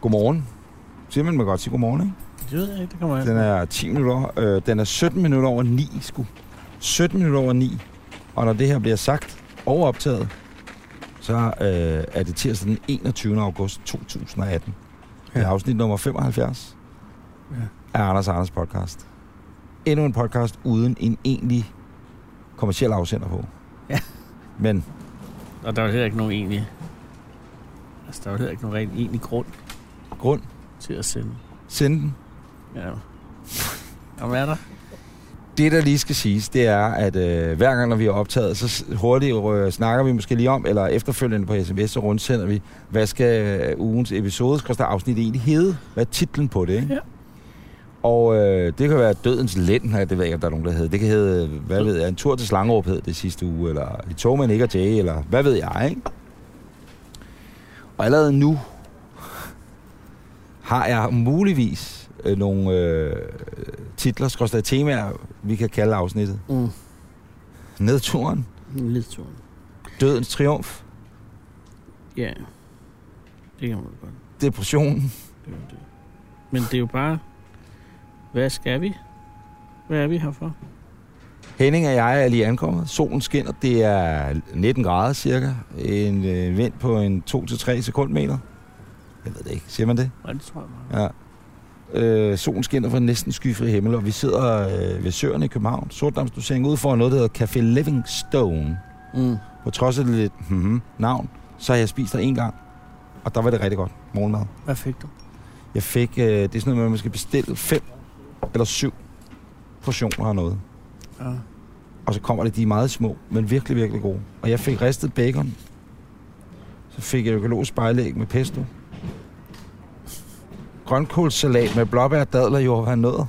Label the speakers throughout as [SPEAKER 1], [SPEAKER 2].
[SPEAKER 1] Godmorgen. Siger man, man godt sige godmorgen, ikke?
[SPEAKER 2] Det ved jeg ikke, det kommer an.
[SPEAKER 1] Den er 10 minutter. Øh, den er 17 minutter over 9, sgu. 17 minutter over 9. Og når det her bliver sagt og optaget, så øh, er det tirsdag den 21. august 2018. Ja. Det er
[SPEAKER 2] Ja.
[SPEAKER 1] afsnit nummer 75
[SPEAKER 2] Ja.
[SPEAKER 1] af Anders og Anders podcast. Endnu en podcast uden en egentlig kommersiel afsender på.
[SPEAKER 2] Ja.
[SPEAKER 1] Men
[SPEAKER 2] Og der er jo heller ikke nogen egentlig... Altså, der er jo heller ikke nogen rent egentlig grund
[SPEAKER 1] grund,
[SPEAKER 2] til at sende.
[SPEAKER 1] send den.
[SPEAKER 2] Ja. Jamen, er der?
[SPEAKER 1] Det, der lige skal siges, det er, at øh, hver gang, når vi er optaget, så s- hurtigt øh, snakker vi måske lige om, eller efterfølgende på sms, så rundsender vi, hvad skal øh, ugens episode, skal der afsnit egentlig hedde? Hvad er titlen på det, ikke?
[SPEAKER 2] Ja.
[SPEAKER 1] Og øh, det kan være Dødens Lænd, her, det ved jeg ikke, om der er nogen, der hedder. Det kan hedde, hvad
[SPEAKER 2] Død.
[SPEAKER 1] ved jeg, en tur til Slangerup hed det sidste uge, eller i tog med Nick og Jay, eller hvad ved jeg, ikke? Og allerede nu har jeg muligvis øh, nogle øh, titler, skorstræk temaer, vi kan kalde afsnittet.
[SPEAKER 2] Mm.
[SPEAKER 1] Nedturen,
[SPEAKER 2] En lille tur.
[SPEAKER 1] Dødens Triumf,
[SPEAKER 2] Ja. Det kan man vel godt.
[SPEAKER 1] Depressionen.
[SPEAKER 2] Det er jo det. Men det er jo bare... Hvad skal vi? Hvad er vi her for?
[SPEAKER 1] Henning og jeg er lige ankommet. Solen skinner. Det er 19 grader cirka. En øh, vind på en 2-3 sekundmeter. Jeg ved det ikke. Siger man det?
[SPEAKER 2] Nej, det tror jeg meget.
[SPEAKER 1] Ja. Øh, solen skinner fra næsten skyfri himmel, og vi sidder øh, ved søerne i København. Sortdamsdosering ud for noget, der hedder Café Livingstone.
[SPEAKER 2] Mm.
[SPEAKER 1] På trods af det lidt hmm, navn, så har jeg spist der en gang. Og der var det rigtig godt. Morgenmad.
[SPEAKER 2] Hvad fik du?
[SPEAKER 1] Jeg fik, øh, det er sådan noget med, at man skal bestille fem eller syv portioner af noget.
[SPEAKER 2] Ja.
[SPEAKER 1] Og så kommer det, de er meget små, men virkelig, virkelig gode. Og jeg fik ristet bacon. Så fik jeg økologisk spejlæg med pesto. Grønkålssalat med blåbær, dadler, jordbær, nødder.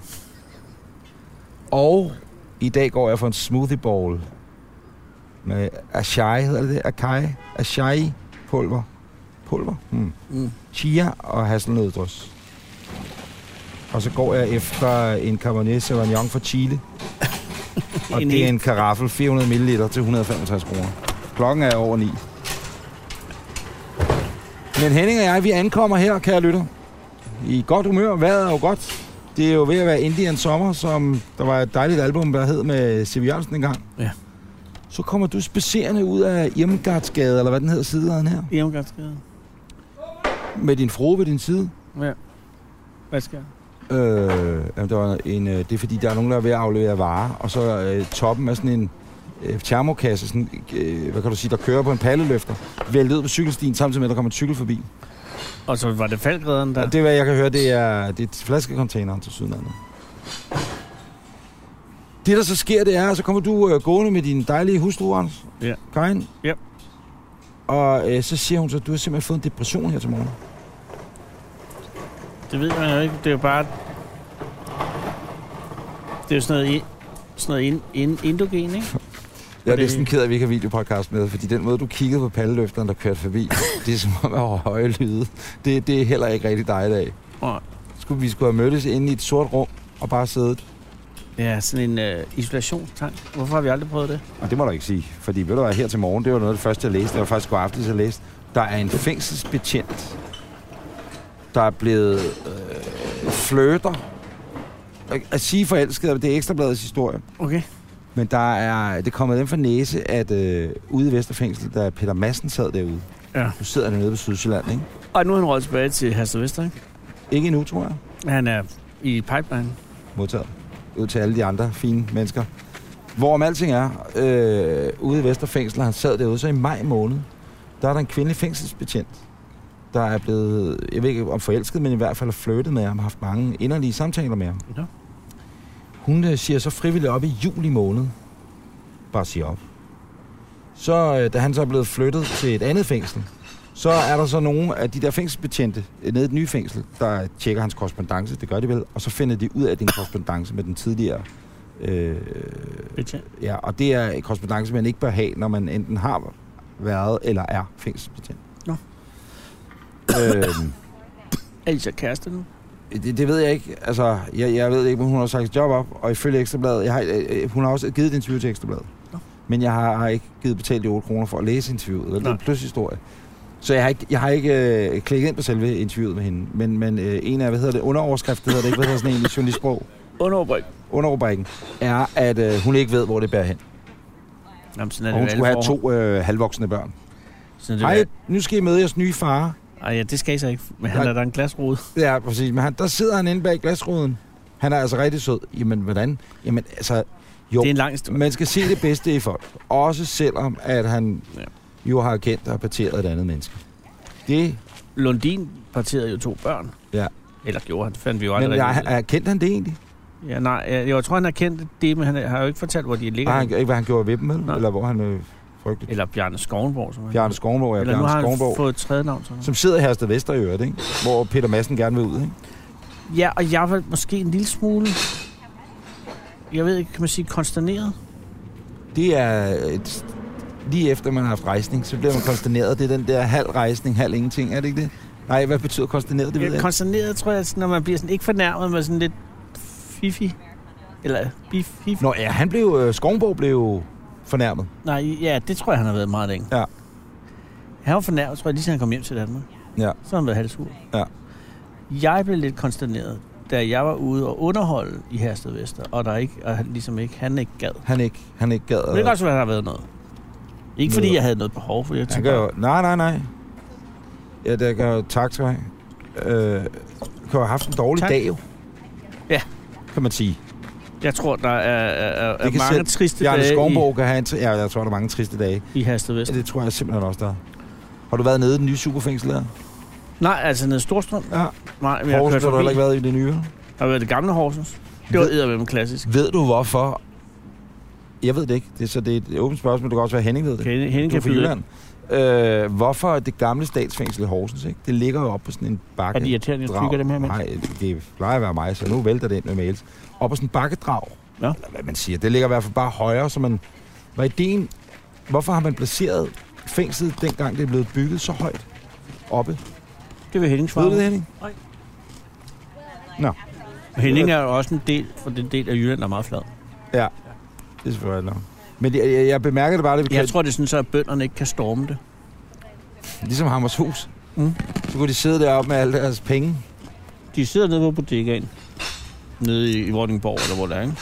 [SPEAKER 1] Og i dag går jeg for en smoothie bowl med acai, hedder det det? Acai? Acai pulver. Pulver? Hmm.
[SPEAKER 2] Mm.
[SPEAKER 1] Chia og hasselnøddrys. Og så går jeg efter en Cabernet Sauvignon fra Chile. Og
[SPEAKER 2] En
[SPEAKER 1] det er
[SPEAKER 2] hel-
[SPEAKER 1] en karaffel, 400 ml til 165 kroner. Klokken er over 9. Men Henning og jeg, vi ankommer her, kære lytter. I godt humør. Vejret er jo godt. Det er jo ved at være Indian Sommer, som der var et dejligt album, der hed med C.V. Jørgensen engang.
[SPEAKER 2] Ja.
[SPEAKER 1] Så kommer du spacerende ud af Irmgardsgade, eller hvad den hedder sidegaden her,
[SPEAKER 2] Hjemgangsgade.
[SPEAKER 1] med din frue ved din side.
[SPEAKER 2] Ja. Hvad skal jeg?
[SPEAKER 1] Øh, jamen, der var en, øh, det er fordi, der er nogen, der er ved at aflevere varer, og så øh, toppen af sådan en øh, termokasse, sådan, øh, hvad kan du sige, der kører på en palleløfter, væltet ud på cykelstien, samtidig med, at der kommer en cykel forbi.
[SPEAKER 2] Og så var det faldgræderen,
[SPEAKER 1] Ja.
[SPEAKER 2] der...
[SPEAKER 1] Og det, er, hvad jeg kan høre, det er, det er flaskecontaineren til sydlandet. Det, der så sker, det er, at så kommer du øh, gående med din dejlige hustru, Anders.
[SPEAKER 2] Ja.
[SPEAKER 1] Karin.
[SPEAKER 2] Ja.
[SPEAKER 1] Og øh, så siger hun så, at du har simpelthen fået en depression her til morgen.
[SPEAKER 2] Det ved man jo ikke. Det er jo bare... Det er jo sådan noget, i- sådan noget ind, ind, indogen, ikke?
[SPEAKER 1] Jeg er
[SPEAKER 2] det-
[SPEAKER 1] næsten ked af, at vi ikke har videopodcast med, fordi den måde, du kiggede på palleløfteren, der kørte forbi, det er som om at have høje lyde. Det, det er heller ikke rigtig dejligt af.
[SPEAKER 2] Nej.
[SPEAKER 1] Skulle, vi skulle have mødtes inde i et sort rum og bare siddet.
[SPEAKER 2] Ja, sådan en øh, isolationstank. Hvorfor har vi aldrig prøvet det?
[SPEAKER 1] Og det må du ikke sige, fordi ved du hvad, her til morgen, det var noget af det første, jeg læste. Det var faktisk god aftes, jeg læste. Der er en fængselsbetjent, der er blevet øh, fløter. At- At sige forelsket, det er Ekstrabladets historie.
[SPEAKER 2] Okay.
[SPEAKER 1] Men der er, det er kommet dem for næse, at øh, ude i Vesterfængsel, da Peter Madsen sad derude.
[SPEAKER 2] Ja.
[SPEAKER 1] Nu sidder han nede på Sydsjælland, ikke?
[SPEAKER 2] Og nu er han røget tilbage til Herstad Vester, ikke?
[SPEAKER 1] Ikke endnu, tror jeg.
[SPEAKER 2] Han er i pipeline.
[SPEAKER 1] Modtaget. Ud til alle de andre fine mennesker. Hvorom alting er, øh, ude i Vesterfængsel, han sad derude, så i maj måned, der er der en kvindelig fængselsbetjent, der er blevet, jeg ved ikke om forelsket, men i hvert fald har flyttet med ham, har haft mange inderlige samtaler med ham.
[SPEAKER 2] Ja.
[SPEAKER 1] Hun øh, siger så frivilligt op i juli måned. Bare siger op. Så øh, da han så er blevet flyttet til et andet fængsel, så er der så nogle af de der fængselsbetjente øh, nede i et nye fængsel, der tjekker hans korrespondence, det gør de vel, og så finder de ud af din korrespondence med den tidligere øh,
[SPEAKER 2] Betjent.
[SPEAKER 1] Ja, og det er en korrespondence, man ikke bør have, når man enten har været eller er fængselsbetjent.
[SPEAKER 2] Nå.
[SPEAKER 1] Øhm,
[SPEAKER 2] Er I så kæreste nu?
[SPEAKER 1] det, det ved jeg ikke. Altså, jeg, jeg ved ikke, men hun har sagt sit job op, og ifølge Ekstrabladet, jeg har, øh, hun har også givet et interview til Ekstrabladet.
[SPEAKER 2] Nå.
[SPEAKER 1] Men jeg har, har ikke givet betalt de 8 kroner for at læse interviewet. Det er
[SPEAKER 2] Nej.
[SPEAKER 1] en plushistorie. Så jeg har ikke, jeg har ikke øh, klikket ind på selve interviewet med hende. Men, men øh, en af, hvad hedder det, underoverskrift, det hedder det ikke, hvad hedder sådan en i journalistsprog,
[SPEAKER 2] Underopryk.
[SPEAKER 1] underrubrikken, er, at øh, hun ikke ved, hvor det bærer hen.
[SPEAKER 2] Jamen, sådan er
[SPEAKER 1] Og
[SPEAKER 2] det
[SPEAKER 1] hun
[SPEAKER 2] jo
[SPEAKER 1] skulle
[SPEAKER 2] alle
[SPEAKER 1] have
[SPEAKER 2] forhold.
[SPEAKER 1] to øh, halvvoksne børn.
[SPEAKER 2] Sådan er det
[SPEAKER 1] Hej,
[SPEAKER 2] jo-
[SPEAKER 1] nu skal I møde jeres nye far.
[SPEAKER 2] Ej, ja, det skal I så ikke. Men han
[SPEAKER 1] Nej.
[SPEAKER 2] er da en glasrude.
[SPEAKER 1] Ja, præcis. Men han, der sidder han inde bag glasruden. Han er altså rigtig sød. Jamen, hvordan? Jamen, altså, jo.
[SPEAKER 2] Det er en lang historie.
[SPEAKER 1] Man skal se det bedste i folk. Også selvom, at han
[SPEAKER 2] Ja.
[SPEAKER 1] ja. jo har kendt og parteret et andet menneske. Det,
[SPEAKER 2] Lundin parterede jo to børn.
[SPEAKER 1] Mm. Ja.
[SPEAKER 2] Eller gjorde han, det fandt vi jo aldrig.
[SPEAKER 1] men jeg,
[SPEAKER 2] rigtig ud af.
[SPEAKER 1] er, kendt han det egentlig?
[SPEAKER 2] Ja, nej, jeg, jeg tror, han har kendt det, men han har jo ikke fortalt, hvor de ligger.
[SPEAKER 1] Har han, ikke, hvad han gjorde ved dem, vel?
[SPEAKER 2] Nej.
[SPEAKER 1] Eller hvor han øh, frygtede.
[SPEAKER 2] Eller Bjarne Skovenborg, som han
[SPEAKER 1] Bjarne Skovnborg, ja,
[SPEAKER 2] Eller nu
[SPEAKER 1] Bjarne
[SPEAKER 2] har han
[SPEAKER 1] Skovnborg.
[SPEAKER 2] fået et tredje navn. Sådan noget.
[SPEAKER 1] Som sidder i Hersted Vester i øvrigt, ikke? Hvor Peter Madsen gerne vil ud, ikke?
[SPEAKER 2] Ja, og jeg var måske en lille smule... Jeg ved ikke, kan man sige konsterneret?
[SPEAKER 1] Det er øh, et, lige efter man har haft rejsning, så bliver man konsterneret. Det er den der halv rejsning, halv ingenting, er det ikke det? Nej, hvad betyder konsterneret? Det ved jeg
[SPEAKER 2] Ja,
[SPEAKER 1] ikke.
[SPEAKER 2] konsterneret, tror jeg, sådan, når man bliver sådan ikke fornærmet, men sådan lidt fifi. Eller bif, fifi.
[SPEAKER 1] Nå, ja, han blev, øh, Skovnborg blev fornærmet.
[SPEAKER 2] Nej, ja, det tror jeg, han har været meget længe.
[SPEAKER 1] Ja.
[SPEAKER 2] Han var fornærmet, tror jeg, lige siden han kom hjem til Danmark.
[SPEAKER 1] Ja.
[SPEAKER 2] Så har han været halvsur.
[SPEAKER 1] Ja.
[SPEAKER 2] Jeg blev lidt konsterneret, da jeg var ude og underholde i Hersted Vester, og der ikke, og han ligesom ikke, han ikke gad.
[SPEAKER 1] Han ikke, han ikke gad.
[SPEAKER 2] Det kan også være, der har været noget. Ikke fordi jeg havde noget behov, for jeg
[SPEAKER 1] Han
[SPEAKER 2] tænkte,
[SPEAKER 1] gør
[SPEAKER 2] bare,
[SPEAKER 1] jo, nej, nej, nej. Ja, der gør jo, tak skal du have. Øh, kan jo have haft en dårlig
[SPEAKER 2] Tak.
[SPEAKER 1] dag jo.
[SPEAKER 2] Ja.
[SPEAKER 1] Kan man sige.
[SPEAKER 2] jeg tror, der er, er, er
[SPEAKER 1] Det kan
[SPEAKER 2] mange
[SPEAKER 1] sætte
[SPEAKER 2] triste
[SPEAKER 1] Bjarne
[SPEAKER 2] dage
[SPEAKER 1] Skovnborg kan have en... T- ja, jeg tror, der er mange triste dage.
[SPEAKER 2] i, i Hersted
[SPEAKER 1] Ja,
[SPEAKER 2] Vester.
[SPEAKER 1] det tror jeg simpelthen også, der er. Har du været nede i den nye superfængsel der?
[SPEAKER 2] Nej, altså nede i Storstrøm.
[SPEAKER 1] Ja.
[SPEAKER 2] Nej, men jeg
[SPEAKER 1] Horsens
[SPEAKER 2] kørte
[SPEAKER 1] har du
[SPEAKER 2] forbi.
[SPEAKER 1] heller ikke været i det nye.
[SPEAKER 2] Har været i det gamle Horsens. Det var
[SPEAKER 1] Ved-
[SPEAKER 2] eddermem klassisk.
[SPEAKER 1] Ved du hvorfor? Jeg ved det ikke, det er, så det er et åbent spørgsmål. Det kan også være Henning ved det.
[SPEAKER 2] Okay, Henning
[SPEAKER 1] Du er
[SPEAKER 2] kan
[SPEAKER 1] fra
[SPEAKER 2] byde ind.
[SPEAKER 1] Jylland. Øh, hvorfor det gamle statsfængsel i Horsens, ikke? Det ligger jo op på sådan en bakke.
[SPEAKER 2] Er de irriterende, at jeg
[SPEAKER 1] drag.
[SPEAKER 2] tykker dem her med?
[SPEAKER 1] Nej, det plejer at være mig, så nu vælter det ind med mails. Op på sådan en bakkedrag,
[SPEAKER 2] Nå.
[SPEAKER 1] eller hvad man siger. Det ligger i hvert fald bare højere, så man... Var ideen... Hvorfor har man placeret fængslet, dengang det er blevet bygget så højt oppe?
[SPEAKER 2] Det vil Henning svare.
[SPEAKER 1] Ved du det,
[SPEAKER 2] på.
[SPEAKER 1] Henning?
[SPEAKER 2] Henning er jo også en del, for den del af Jylland, der er meget flad.
[SPEAKER 1] Det er selvfølgelig nok. Men jeg, jeg, jeg bemærkede det bare, at vi
[SPEAKER 2] Jeg
[SPEAKER 1] kørte,
[SPEAKER 2] tror, det er sådan, så at bønderne ikke kan storme det.
[SPEAKER 1] ligesom Hammershus.
[SPEAKER 2] Mm.
[SPEAKER 1] Mm. Så kunne de sidde deroppe med alle deres penge.
[SPEAKER 2] De sidder nede på bodegaen. Nede i, i Vordingborg, eller hvor det er, ikke?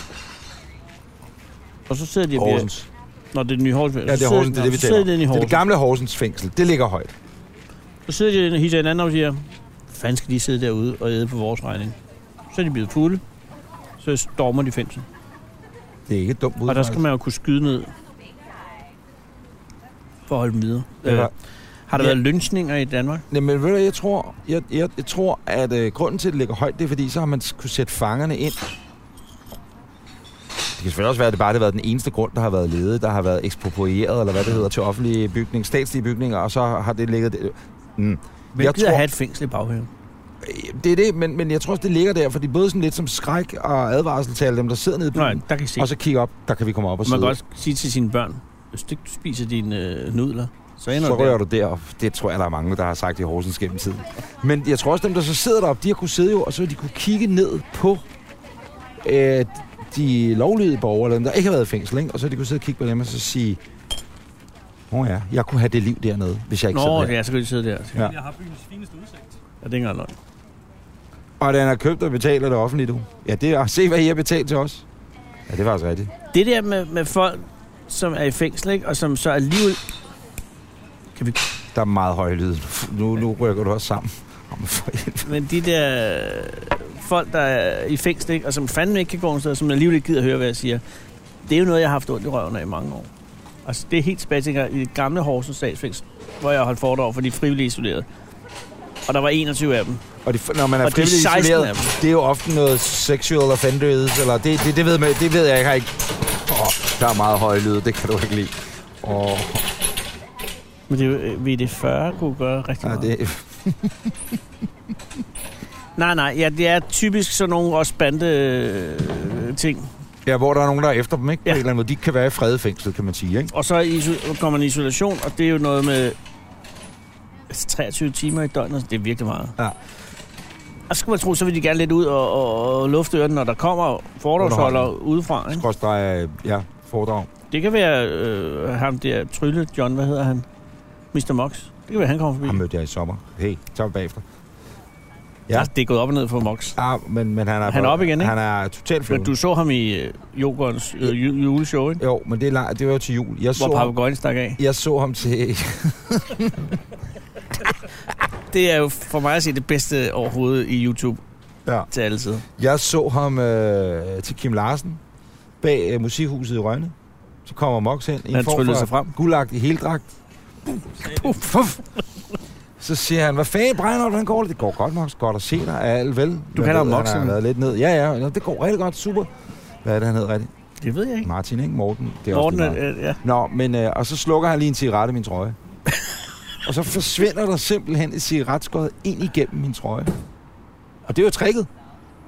[SPEAKER 2] Og så sidder de og bliver...
[SPEAKER 1] Horsens.
[SPEAKER 2] Nå, det er den nye Horsens.
[SPEAKER 1] Ja, det er Horsens, det er det, vi
[SPEAKER 2] Så sidder de
[SPEAKER 1] taler om. Det er
[SPEAKER 2] inde i Horsens.
[SPEAKER 1] det gamle Horsens fængsel. Det ligger højt.
[SPEAKER 2] Så sidder de og hisser hinanden op og siger, fanden skal de sidde derude og æde på vores regning? Så er de blevet fulde. Så stormer de fængsel.
[SPEAKER 1] Det er ikke et dumt bud.
[SPEAKER 2] Og der skal man jo kunne skyde ned for at holde dem videre. Øh,
[SPEAKER 1] Ja.
[SPEAKER 2] har der
[SPEAKER 1] Ja.
[SPEAKER 2] været lynchninger i Danmark?
[SPEAKER 1] Jamen, ved du, jeg tror, jeg, jeg, jeg tror at øh, grunden til, at det ligger højt, det er, fordi så har man s- kunne sætte fangerne ind. Det kan selvfølgelig også være, at det bare har været den eneste grund, der har været ledet, der har været eksproprieret, eller hvad det hedder, til offentlige bygninger, statslige bygninger, og så har det ligget... Det, mm.
[SPEAKER 2] Hvem jeg gider
[SPEAKER 1] tror-
[SPEAKER 2] have et fængsel i baghaven?
[SPEAKER 1] Øh, det er det, men, men jeg tror også, det ligger der, fordi både sådan lidt som skræk og advarsel til alle dem, der sidder nede i
[SPEAKER 2] Nej,
[SPEAKER 1] byen,
[SPEAKER 2] der kan I se.
[SPEAKER 1] og så kigge op, der kan vi komme op og
[SPEAKER 2] man
[SPEAKER 1] sidde.
[SPEAKER 2] kan også sige til sine børn, hvis du ikke spiser dine øh, nudler, så ender
[SPEAKER 1] så
[SPEAKER 2] du der.
[SPEAKER 1] rører du derop. Det tror jeg, der er mange, der har sagt i Horsens gennem tiden. Men jeg tror også, dem, der så sidder deroppe, de har kunne sidde jo, og så har de kunne kigge ned på øh, de lovlydige borgere, eller dem, der ikke har været i fængsel, ikke? og så har de kunne sidde og kigge på dem og så sige, Nå ja, jeg kunne have det liv dernede, hvis jeg ikke sad
[SPEAKER 2] Nå,
[SPEAKER 1] her.
[SPEAKER 2] ja, så kan de sidde der. Ja.
[SPEAKER 1] Ja.
[SPEAKER 3] Jeg har byens fineste udsigt.
[SPEAKER 2] det er ikke engang løgn.
[SPEAKER 1] Og den har købt og betaler det offentligt, du. Ja, det er, se hvad I har betalt til os. Ja, det var faktisk rigtigt.
[SPEAKER 2] Det der med, med folk, som er i fængsel, ikke? og som så alligevel... Kan vi...
[SPEAKER 1] Der er meget høj lyd. Nu, nu rykker du også sammen. Jamen, for helvede.
[SPEAKER 2] Men de der øh, folk, der er i fængsel, ikke? og som fandme ikke kan gå nogen steder, som alligevel ikke gider høre, hvad jeg siger, det er jo noget, jeg har haft ondt i røven af i mange år. Altså, det er helt tilbage til dengang i det gamle Horsens statsfængsel, hvor jeg holdt foredrag for de frivillige isolerede. Og der var 21 af dem.
[SPEAKER 1] Og de, når man er
[SPEAKER 2] Og det er
[SPEAKER 1] frivilligt
[SPEAKER 2] 16
[SPEAKER 1] isoleret,
[SPEAKER 2] af dem.
[SPEAKER 1] det er jo ofte noget sexual offenders, eller det, det, det, ved, man, det ved jeg ikke. Jeg har ikke. Oh, der er meget høj lyd, det kan du ikke lide. Åh, oh,
[SPEAKER 2] Men det, er jo, øh, VD40 kunne gøre rigtig
[SPEAKER 1] nej,
[SPEAKER 2] meget.
[SPEAKER 1] det,
[SPEAKER 2] Nej, nej, ja, det er typisk sådan nogle også bande øh, ting.
[SPEAKER 1] ja, hvor der er nogen, der er efter dem, ikke? På
[SPEAKER 2] Ja.
[SPEAKER 1] ja. en eller anden måde. De kan være i fredefængsel, kan man sige, ikke?
[SPEAKER 2] Og så iso- kommer man i isolation, og det er jo noget med altså, 23 timer i døgnet. Det er virkelig meget.
[SPEAKER 1] Ja.
[SPEAKER 2] Og så skulle man tro, så vil de gerne lidt ud og, og, og lufte ørene, når der kommer foredragsholdere udefra. Ikke?
[SPEAKER 1] Skråstrej, øh, ja, foredrag.
[SPEAKER 2] Det kan være øh, ham der Trylle, John, hvad hedder han? Mr. Mox. Det kan være, han kommer forbi.
[SPEAKER 1] Ham mødte jeg i sommer. Hey, tager vi bagefter.
[SPEAKER 2] Ja. Altså, det er gået op og ned for Mox.
[SPEAKER 1] Ja, men, men han er...
[SPEAKER 2] Han er op igen, ikke?
[SPEAKER 1] Han er totalt
[SPEAKER 2] Men
[SPEAKER 1] flot.
[SPEAKER 2] du så ham i øh, Jogurens øh, ju- juleshow, ikke?
[SPEAKER 1] Jo, men det, er lang... det var jo til jul. Jeg så,
[SPEAKER 2] Hvor
[SPEAKER 1] ham...
[SPEAKER 2] papagøjen stak af.
[SPEAKER 1] jeg så ham til...
[SPEAKER 2] Det er jo for mig at se det bedste overhovedet i YouTube
[SPEAKER 1] ja.
[SPEAKER 2] til alle sider.
[SPEAKER 1] Jeg så ham øh, til Kim Larsen bag øh, Musikhuset i Rønne. Så kommer Mox hen i en
[SPEAKER 2] Han
[SPEAKER 1] form
[SPEAKER 2] tryllede
[SPEAKER 1] for
[SPEAKER 2] sig frem.
[SPEAKER 1] gulagt i heldragt. Puff, puff. Så siger han, hvad fanden brænder op, hvordan går det? Det går godt, Mox. Godt at se dig, er alt vel. Jeg
[SPEAKER 2] kalder ham
[SPEAKER 1] ved,
[SPEAKER 2] Mox,
[SPEAKER 1] Han har
[SPEAKER 2] simpelthen.
[SPEAKER 1] været lidt ned. Ja, ja, ja, det går rigtig godt, super. Hvad er det, han hedder rigtigt?
[SPEAKER 2] Det ved jeg ikke.
[SPEAKER 1] Martin, ikke? Morten. Det er
[SPEAKER 2] Morten,
[SPEAKER 1] også lige meget.
[SPEAKER 2] øh, ja.
[SPEAKER 1] Nå, men, øh, og så slukker han lige en cigaret i min trøje. og så forsvinder der simpelthen et cigaretskod ind igennem min trøje. Og det er jo tricket.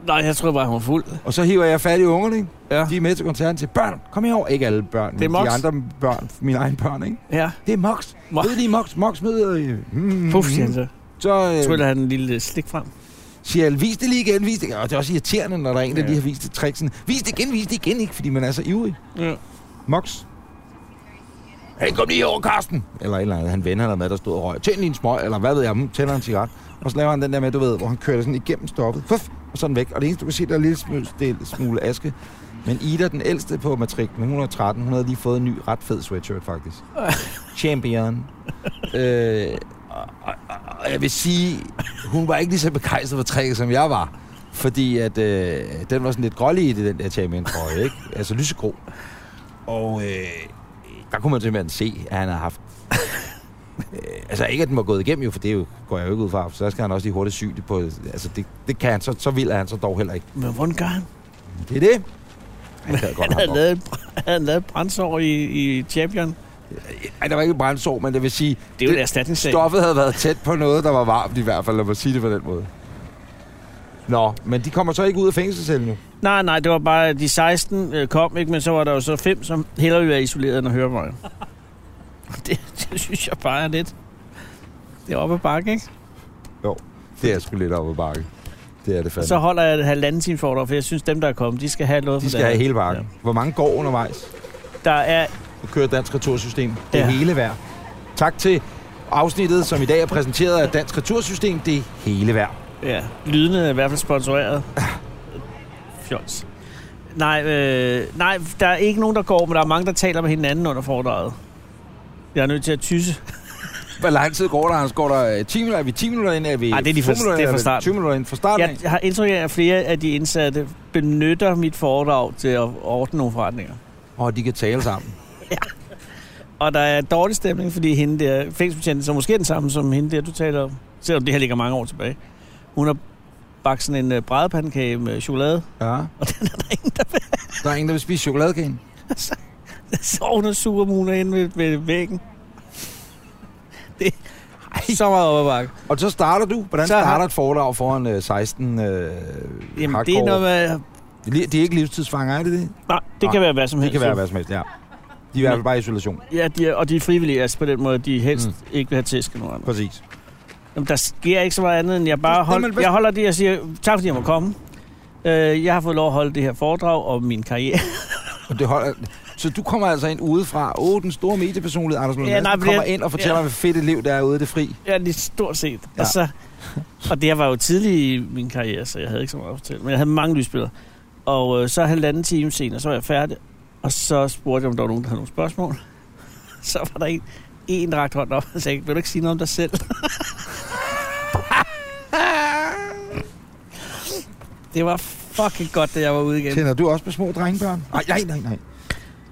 [SPEAKER 2] Nej, jeg tror bare, han var fuld.
[SPEAKER 1] Og så hiver jeg fat i ungerne, ikke?
[SPEAKER 2] Ja.
[SPEAKER 1] De er med til koncerten til børn. Kom herover. Ikke alle børn,
[SPEAKER 2] Det er
[SPEAKER 1] men de
[SPEAKER 2] Mox.
[SPEAKER 1] andre børn. Mine egne børn, ikke?
[SPEAKER 2] Ja.
[SPEAKER 1] Det er Mox.
[SPEAKER 2] Mo-
[SPEAKER 1] Ved de Mox? Mox møder... øh, Mm,
[SPEAKER 2] Puff, siger han så.
[SPEAKER 1] Så øh,
[SPEAKER 2] Tryller han en lille slik frem.
[SPEAKER 1] siger jeg, vis det lige igen, vis det igen. Og det er også irriterende, når der er en, der
[SPEAKER 2] Ja.
[SPEAKER 1] lige har vist et trick. Sådan, vis det igen, vis det igen, ikke? Fordi man er så ivrig.
[SPEAKER 2] Ja.
[SPEAKER 1] Mox. Hey, kom lige over, Karsten! Eller et eller andet. Han vender der med, der stod og røg. Tænd lige en smøg, eller hvad ved jeg. hmm, Tænder en cigaret. Og så laver han den der med, du ved, hvor han kører det sådan igennem stoppet. Fuff, og sådan væk. Og det eneste, du kan se, der er en lille smule, del- smule aske. Men Ida, den ældste på matriklen, 113, hun havde lige fået en ny ret fed sweatshirt, faktisk. Champion. øh, og, og, og, jeg vil sige, hun var ikke lige så begejstret for trækket, som jeg var. Fordi at, øh, den var sådan lidt grålig i det, den der champion trøje, ikke? Altså lysegrå. Og øh, der kunne man simpelthen se, at han har haft... øh, altså ikke, at den var gået igennem, jo, for det er jo, går jeg jo ikke ud fra. for Så skal han også lige hurtigt sy det på... Altså det, det kan han, så, så vil han så dog heller ikke.
[SPEAKER 2] Men hvordan gør han?
[SPEAKER 1] Det er det. Han gad godt,
[SPEAKER 2] Han havde
[SPEAKER 1] han
[SPEAKER 2] lavet, et br- han havde lavet et brandsår i, i Champion. Det
[SPEAKER 1] Ej, der var ikke brændsår, men det vil sige...
[SPEAKER 2] er jo
[SPEAKER 1] det-
[SPEAKER 2] det, erstatningssag.
[SPEAKER 1] Stoffet havde været tæt på noget, der var varmt i hvert fald, lad mig sige det på den måde. Nå, men de kommer så ikke ud af fængselscellen nu.
[SPEAKER 2] Nej, nej, det var bare, at de 16 øh, kom, ikke? men så var der jo så fem, som hellere ville være isoleret end at høre mig. Det, det synes jeg bare er lidt... Det er op ad bakke, ikke?
[SPEAKER 1] Det er sgu lidt op ad bakke. Det er det fandme.
[SPEAKER 2] Så holder jeg det halvanden time for dig, for jeg synes, dem, der er kommet, de skal have noget
[SPEAKER 1] de
[SPEAKER 2] for
[SPEAKER 1] skal
[SPEAKER 2] det
[SPEAKER 1] have
[SPEAKER 2] her.
[SPEAKER 1] hele bakken. Ja. Hvor mange går undervejs?
[SPEAKER 2] Der er...
[SPEAKER 1] Nu kører Dansk Retursystem. Det
[SPEAKER 2] Ja.
[SPEAKER 1] ja. hele værd. Tak til afsnittet, som i dag er præsenteret af Dansk Retursystem. Det er hele værd.
[SPEAKER 2] Ja, lydene er i hvert fald sponsoreret. Fjols. Nej, øh, nej, der er ikke nogen, der går, men der er mange, der taler med hinanden under foredraget. Jeg er nødt til at tysse.
[SPEAKER 1] Hvor lang tid går der, Hans? Går der øh, 10 minutter? Er vi 10 minutter ind? Er vi
[SPEAKER 2] Ej, det er de fra-
[SPEAKER 1] 5 minutter
[SPEAKER 2] det
[SPEAKER 1] ind?
[SPEAKER 2] er fra
[SPEAKER 1] vi
[SPEAKER 2] starten.
[SPEAKER 1] 20 minutter ind fra starten?
[SPEAKER 2] Jeg
[SPEAKER 1] af?
[SPEAKER 2] har indtryk af, at flere af de indsatte benytter mit foredrag til at ordne nogle forretninger.
[SPEAKER 1] Og de kan tale sammen.
[SPEAKER 2] Og der er dårlig stemning, fordi hende der, fængselsbetjenten, som måske er den samme som hende der, du taler om, selvom det her ligger mange år tilbage, hun har bagt sådan en øh, brædepandekage med chokolade,
[SPEAKER 1] Ja.
[SPEAKER 2] og den er der ingen, der vil.
[SPEAKER 1] Der er ingen, der vil spise chokoladekagen.
[SPEAKER 2] Så hun er surmuner inde ved, ved væggen. Det er så meget op ad bakke.
[SPEAKER 1] Og så starter du. Hvordan
[SPEAKER 2] Så
[SPEAKER 1] så
[SPEAKER 2] har-
[SPEAKER 1] starter et foredrag foran øh, 16 øh,
[SPEAKER 2] Jamen,
[SPEAKER 1] hardcore-
[SPEAKER 2] det er noget med...
[SPEAKER 1] Li- De er ikke livstidsfanger, er det det?
[SPEAKER 2] Nej, det
[SPEAKER 1] Nej,
[SPEAKER 2] kan være hvad som
[SPEAKER 1] Det
[SPEAKER 2] helst.
[SPEAKER 1] kan være hvad som helst, ja. De er i hvert fald bare i isolation.
[SPEAKER 2] Ja, de er, og de er frivillige, altså på den måde, de helst mm. ikke vil have tæsk af nogen andre.
[SPEAKER 1] Præcis.
[SPEAKER 2] Jamen, der sker ikke så meget andet, end jeg bare
[SPEAKER 1] Jamen,
[SPEAKER 2] hold,
[SPEAKER 1] hvad-
[SPEAKER 2] jeg holder det, jeg siger, tak fordi jeg må komme. Øh, jeg har fået lov at holde det her foredrag om min karriere.
[SPEAKER 1] Og det holder... Så du kommer altså ind udefra. Åh, oh, den store mediepersonlighed, Anders Lund
[SPEAKER 2] Ja,
[SPEAKER 1] ja,
[SPEAKER 2] nej,
[SPEAKER 1] nej,
[SPEAKER 2] men
[SPEAKER 1] kommer
[SPEAKER 2] det-
[SPEAKER 1] ind og fortæller,
[SPEAKER 2] ja.
[SPEAKER 1] ja. hvad fedt et liv der er ude i det fri.
[SPEAKER 2] Ja, lige stort set. Ja.
[SPEAKER 1] Ja.
[SPEAKER 2] Og, så, og det her var jo tidlig i min karriere, så jeg havde ikke så meget at fortælle. Men jeg havde mange lysbilleder. Og øh, så halvanden time senere, så var jeg færdig. Og så spurgte jeg, om der var nogen, der havde nogle spørgsmål. Så var der en, en der rakte hånden op og sagde, vil du ikke sige noget om dig selv? det var fucking godt, da jeg var ude igen.
[SPEAKER 1] Tænder du også på små drengebørn? Nej, nej, nej, nej.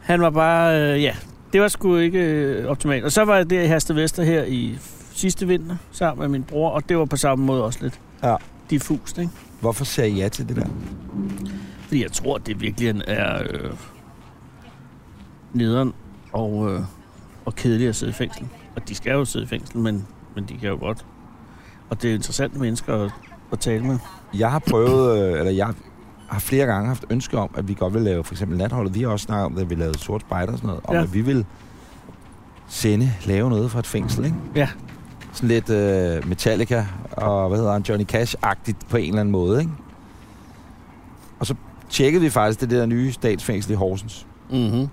[SPEAKER 2] Han var bare, øh, ja, det var sgu ikke øh, optimalt. Og så var jeg der i Herste Vester her i f- sidste vinter sammen med min bror, og det var på samme måde også lidt
[SPEAKER 1] Ja.
[SPEAKER 2] diffust, ikke?
[SPEAKER 1] Hvorfor sagde I ja til det der?
[SPEAKER 2] Fordi jeg tror, det virkelig er øh, nederen og, øh, og kedeligt at sidde i fængsel. Og de skal jo sidde i fængsel, men, men de kan jo godt. Og det er interessante mennesker at, at tale med.
[SPEAKER 1] Jeg har prøvet, øh, eller jeg har flere gange haft ønske om, at vi godt vil lave for eksempel natholdet. Vi har også snakket om, da vi lavede Sort Spejder og sådan noget, om
[SPEAKER 2] Ja.
[SPEAKER 1] ja. at vi vil sende, lave noget fra et fængsel, ikke?
[SPEAKER 2] Ja.
[SPEAKER 1] Sådan lidt øh, Metallica og, hvad hedder han, Johnny Cash-agtigt på en eller anden måde, ikke? Og så tjekkede vi faktisk det der nye statsfængsel i Horsens.
[SPEAKER 2] Mm-hmm.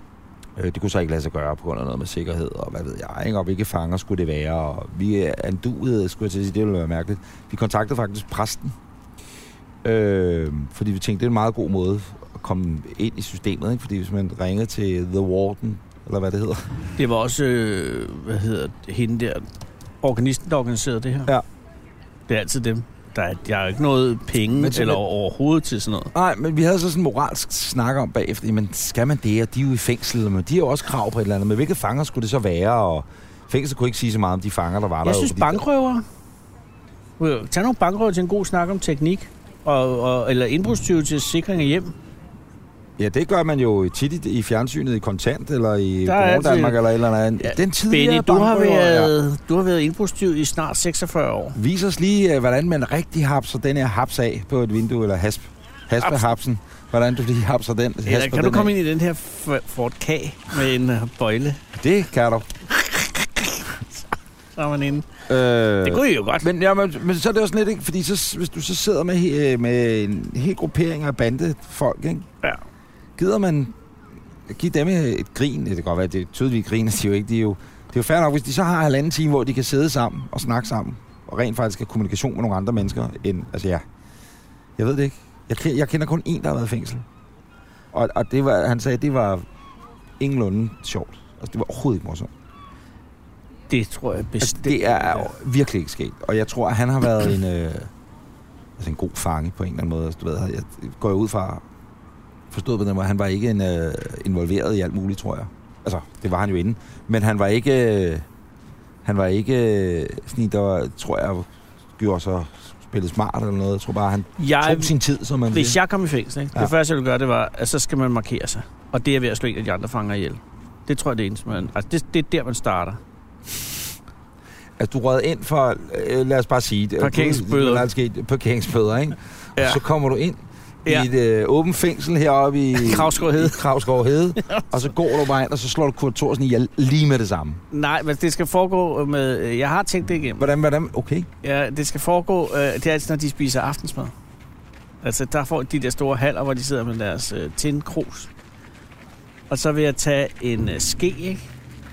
[SPEAKER 1] Øh, det kunne så ikke lade sig gøre på grund af noget med sikkerhed, og hvad ved jeg, ikke? og hvilke fanger skulle det være, og vi anduede, skulle jeg til at sige, det ville være mærkeligt. Vi kontaktede faktisk præsten, øh, fordi vi tænkte, det er en meget god måde at komme ind i systemet, ikke? fordi hvis man ringede til The Warden, eller hvad det hedder,
[SPEAKER 2] Det var også, øh, hvad hedder det, hende der, organisten, der organiserede det her.
[SPEAKER 1] Ja.
[SPEAKER 2] Det er altid dem. Der er, jeg har ikke noget penge
[SPEAKER 1] Men så
[SPEAKER 2] eller
[SPEAKER 1] vil-
[SPEAKER 2] overhovedet til sådan noget.
[SPEAKER 1] Nej, men vi havde så sådan en moralsk snak om bagefter, men skal man det, og de er jo i fængsel, men de har jo også krav på et eller andet, men hvilke fanger skulle det så være, og fængsel kunne ikke sige så meget om de fanger, der var der.
[SPEAKER 2] Jeg
[SPEAKER 1] jo,
[SPEAKER 2] synes
[SPEAKER 1] fordi-
[SPEAKER 2] bankrøver. Øh, Tag nogle bankrøver til en god snak om teknik. Og, og, eller indbrudstyve til sikring af hjem.
[SPEAKER 1] Ja, det gør man jo tit i, i fjernsynet, i kontant, eller i
[SPEAKER 2] Der er
[SPEAKER 1] Godmorgen Danmark,
[SPEAKER 2] altid-
[SPEAKER 1] eller et eller andet. Ja,
[SPEAKER 2] Ja,
[SPEAKER 1] Den tidligere
[SPEAKER 2] Benny, du har,
[SPEAKER 1] bankrøver,
[SPEAKER 2] været, du har været indbrudstyv i snart 46 år.
[SPEAKER 1] Ja. Vis os lige, øh, hvordan man rigtig hapser den her haps af på et vindue, eller hasp. Hasp af
[SPEAKER 2] Haps.
[SPEAKER 1] hapsen. Hvordan du lige hapser den.
[SPEAKER 2] Eller
[SPEAKER 1] hasper
[SPEAKER 2] kan du
[SPEAKER 1] den
[SPEAKER 2] komme
[SPEAKER 1] af.
[SPEAKER 2] ind i den her F- Ford K med en øh, bøjle,
[SPEAKER 1] Det kan du.
[SPEAKER 2] så er man inde.
[SPEAKER 1] Øh,
[SPEAKER 2] Det kunne I jo godt.
[SPEAKER 1] Men, ja, men, men så er det også lidt ikke, fordi så, hvis du så sidder med, he- øh, med en hel gruppering af bandefolk, ikke?
[SPEAKER 2] Ja.
[SPEAKER 1] gider man give dem et grin? Det kan godt være, det er tydeligt grin, de jo ikke. De er jo, det er jo fair nok, hvis de så har halvanden time, hvor de kan sidde sammen og snakke sammen, og rent faktisk have kommunikation med nogle andre mennesker end, altså ja, jeg ved det ikke. Jeg, ke- jeg kender kun en, der har været i fængsel. Og, og det var, han sagde, det var ingenlunde sjovt. Altså, det var overhovedet ikke morsomt.
[SPEAKER 2] Det tror jeg
[SPEAKER 1] Altså,
[SPEAKER 2] bestemt.
[SPEAKER 1] det er jo virkelig ikke sket. Og jeg tror, at han har været en, øh, altså en god fange på en eller anden måde. Altså, du ved, jeg går jo ud fra, forstået på den måde, han var ikke en, øh, involveret i alt muligt, tror jeg. Altså, det var han jo inden. Men han var ikke, øh, han var ikke øh, sådan en, der var, tror jeg, gjorde sig spillet smart eller noget. Jeg tror bare, han
[SPEAKER 2] Jeg,
[SPEAKER 1] tog sin tid, som man
[SPEAKER 2] hvis
[SPEAKER 1] siger.
[SPEAKER 2] jeg kom i fængsel, ikke?
[SPEAKER 1] Ja.
[SPEAKER 2] Ja. det første, jeg ville gøre, det var, at så skal man markere sig. Og det er ved at slå en af de andre fanger ihjel. Det tror jeg, det er eneste, man... Altså, det, det er der, man starter.
[SPEAKER 1] Altså, du rød ind for, øh, lad os bare sige det.
[SPEAKER 2] Parkeringsbøder.
[SPEAKER 1] Det er altid sket. Parkeringsbøder, ikke? Ja.
[SPEAKER 2] Ja.
[SPEAKER 1] Og så kommer du ind ja.
[SPEAKER 2] Ja.
[SPEAKER 1] i et øh, åbent fængsel heroppe i...
[SPEAKER 2] Kravsgaard Hede.
[SPEAKER 1] i Kravsgaard Hede. og så går du bare ind, og så slår du Kurt Thorsen ihjel lige med det samme.
[SPEAKER 2] Nej, men det skal foregå med... Jeg har tænkt det igennem.
[SPEAKER 1] Hvordan, hvordan? Okay.
[SPEAKER 2] Ja, det skal foregå... Øh, det er altid, når de spiser aftensmad. Altså, der får de der store haller, hvor de sidder med deres øh, tindkrus. Og så vil jeg tage en øh, ske, ikke?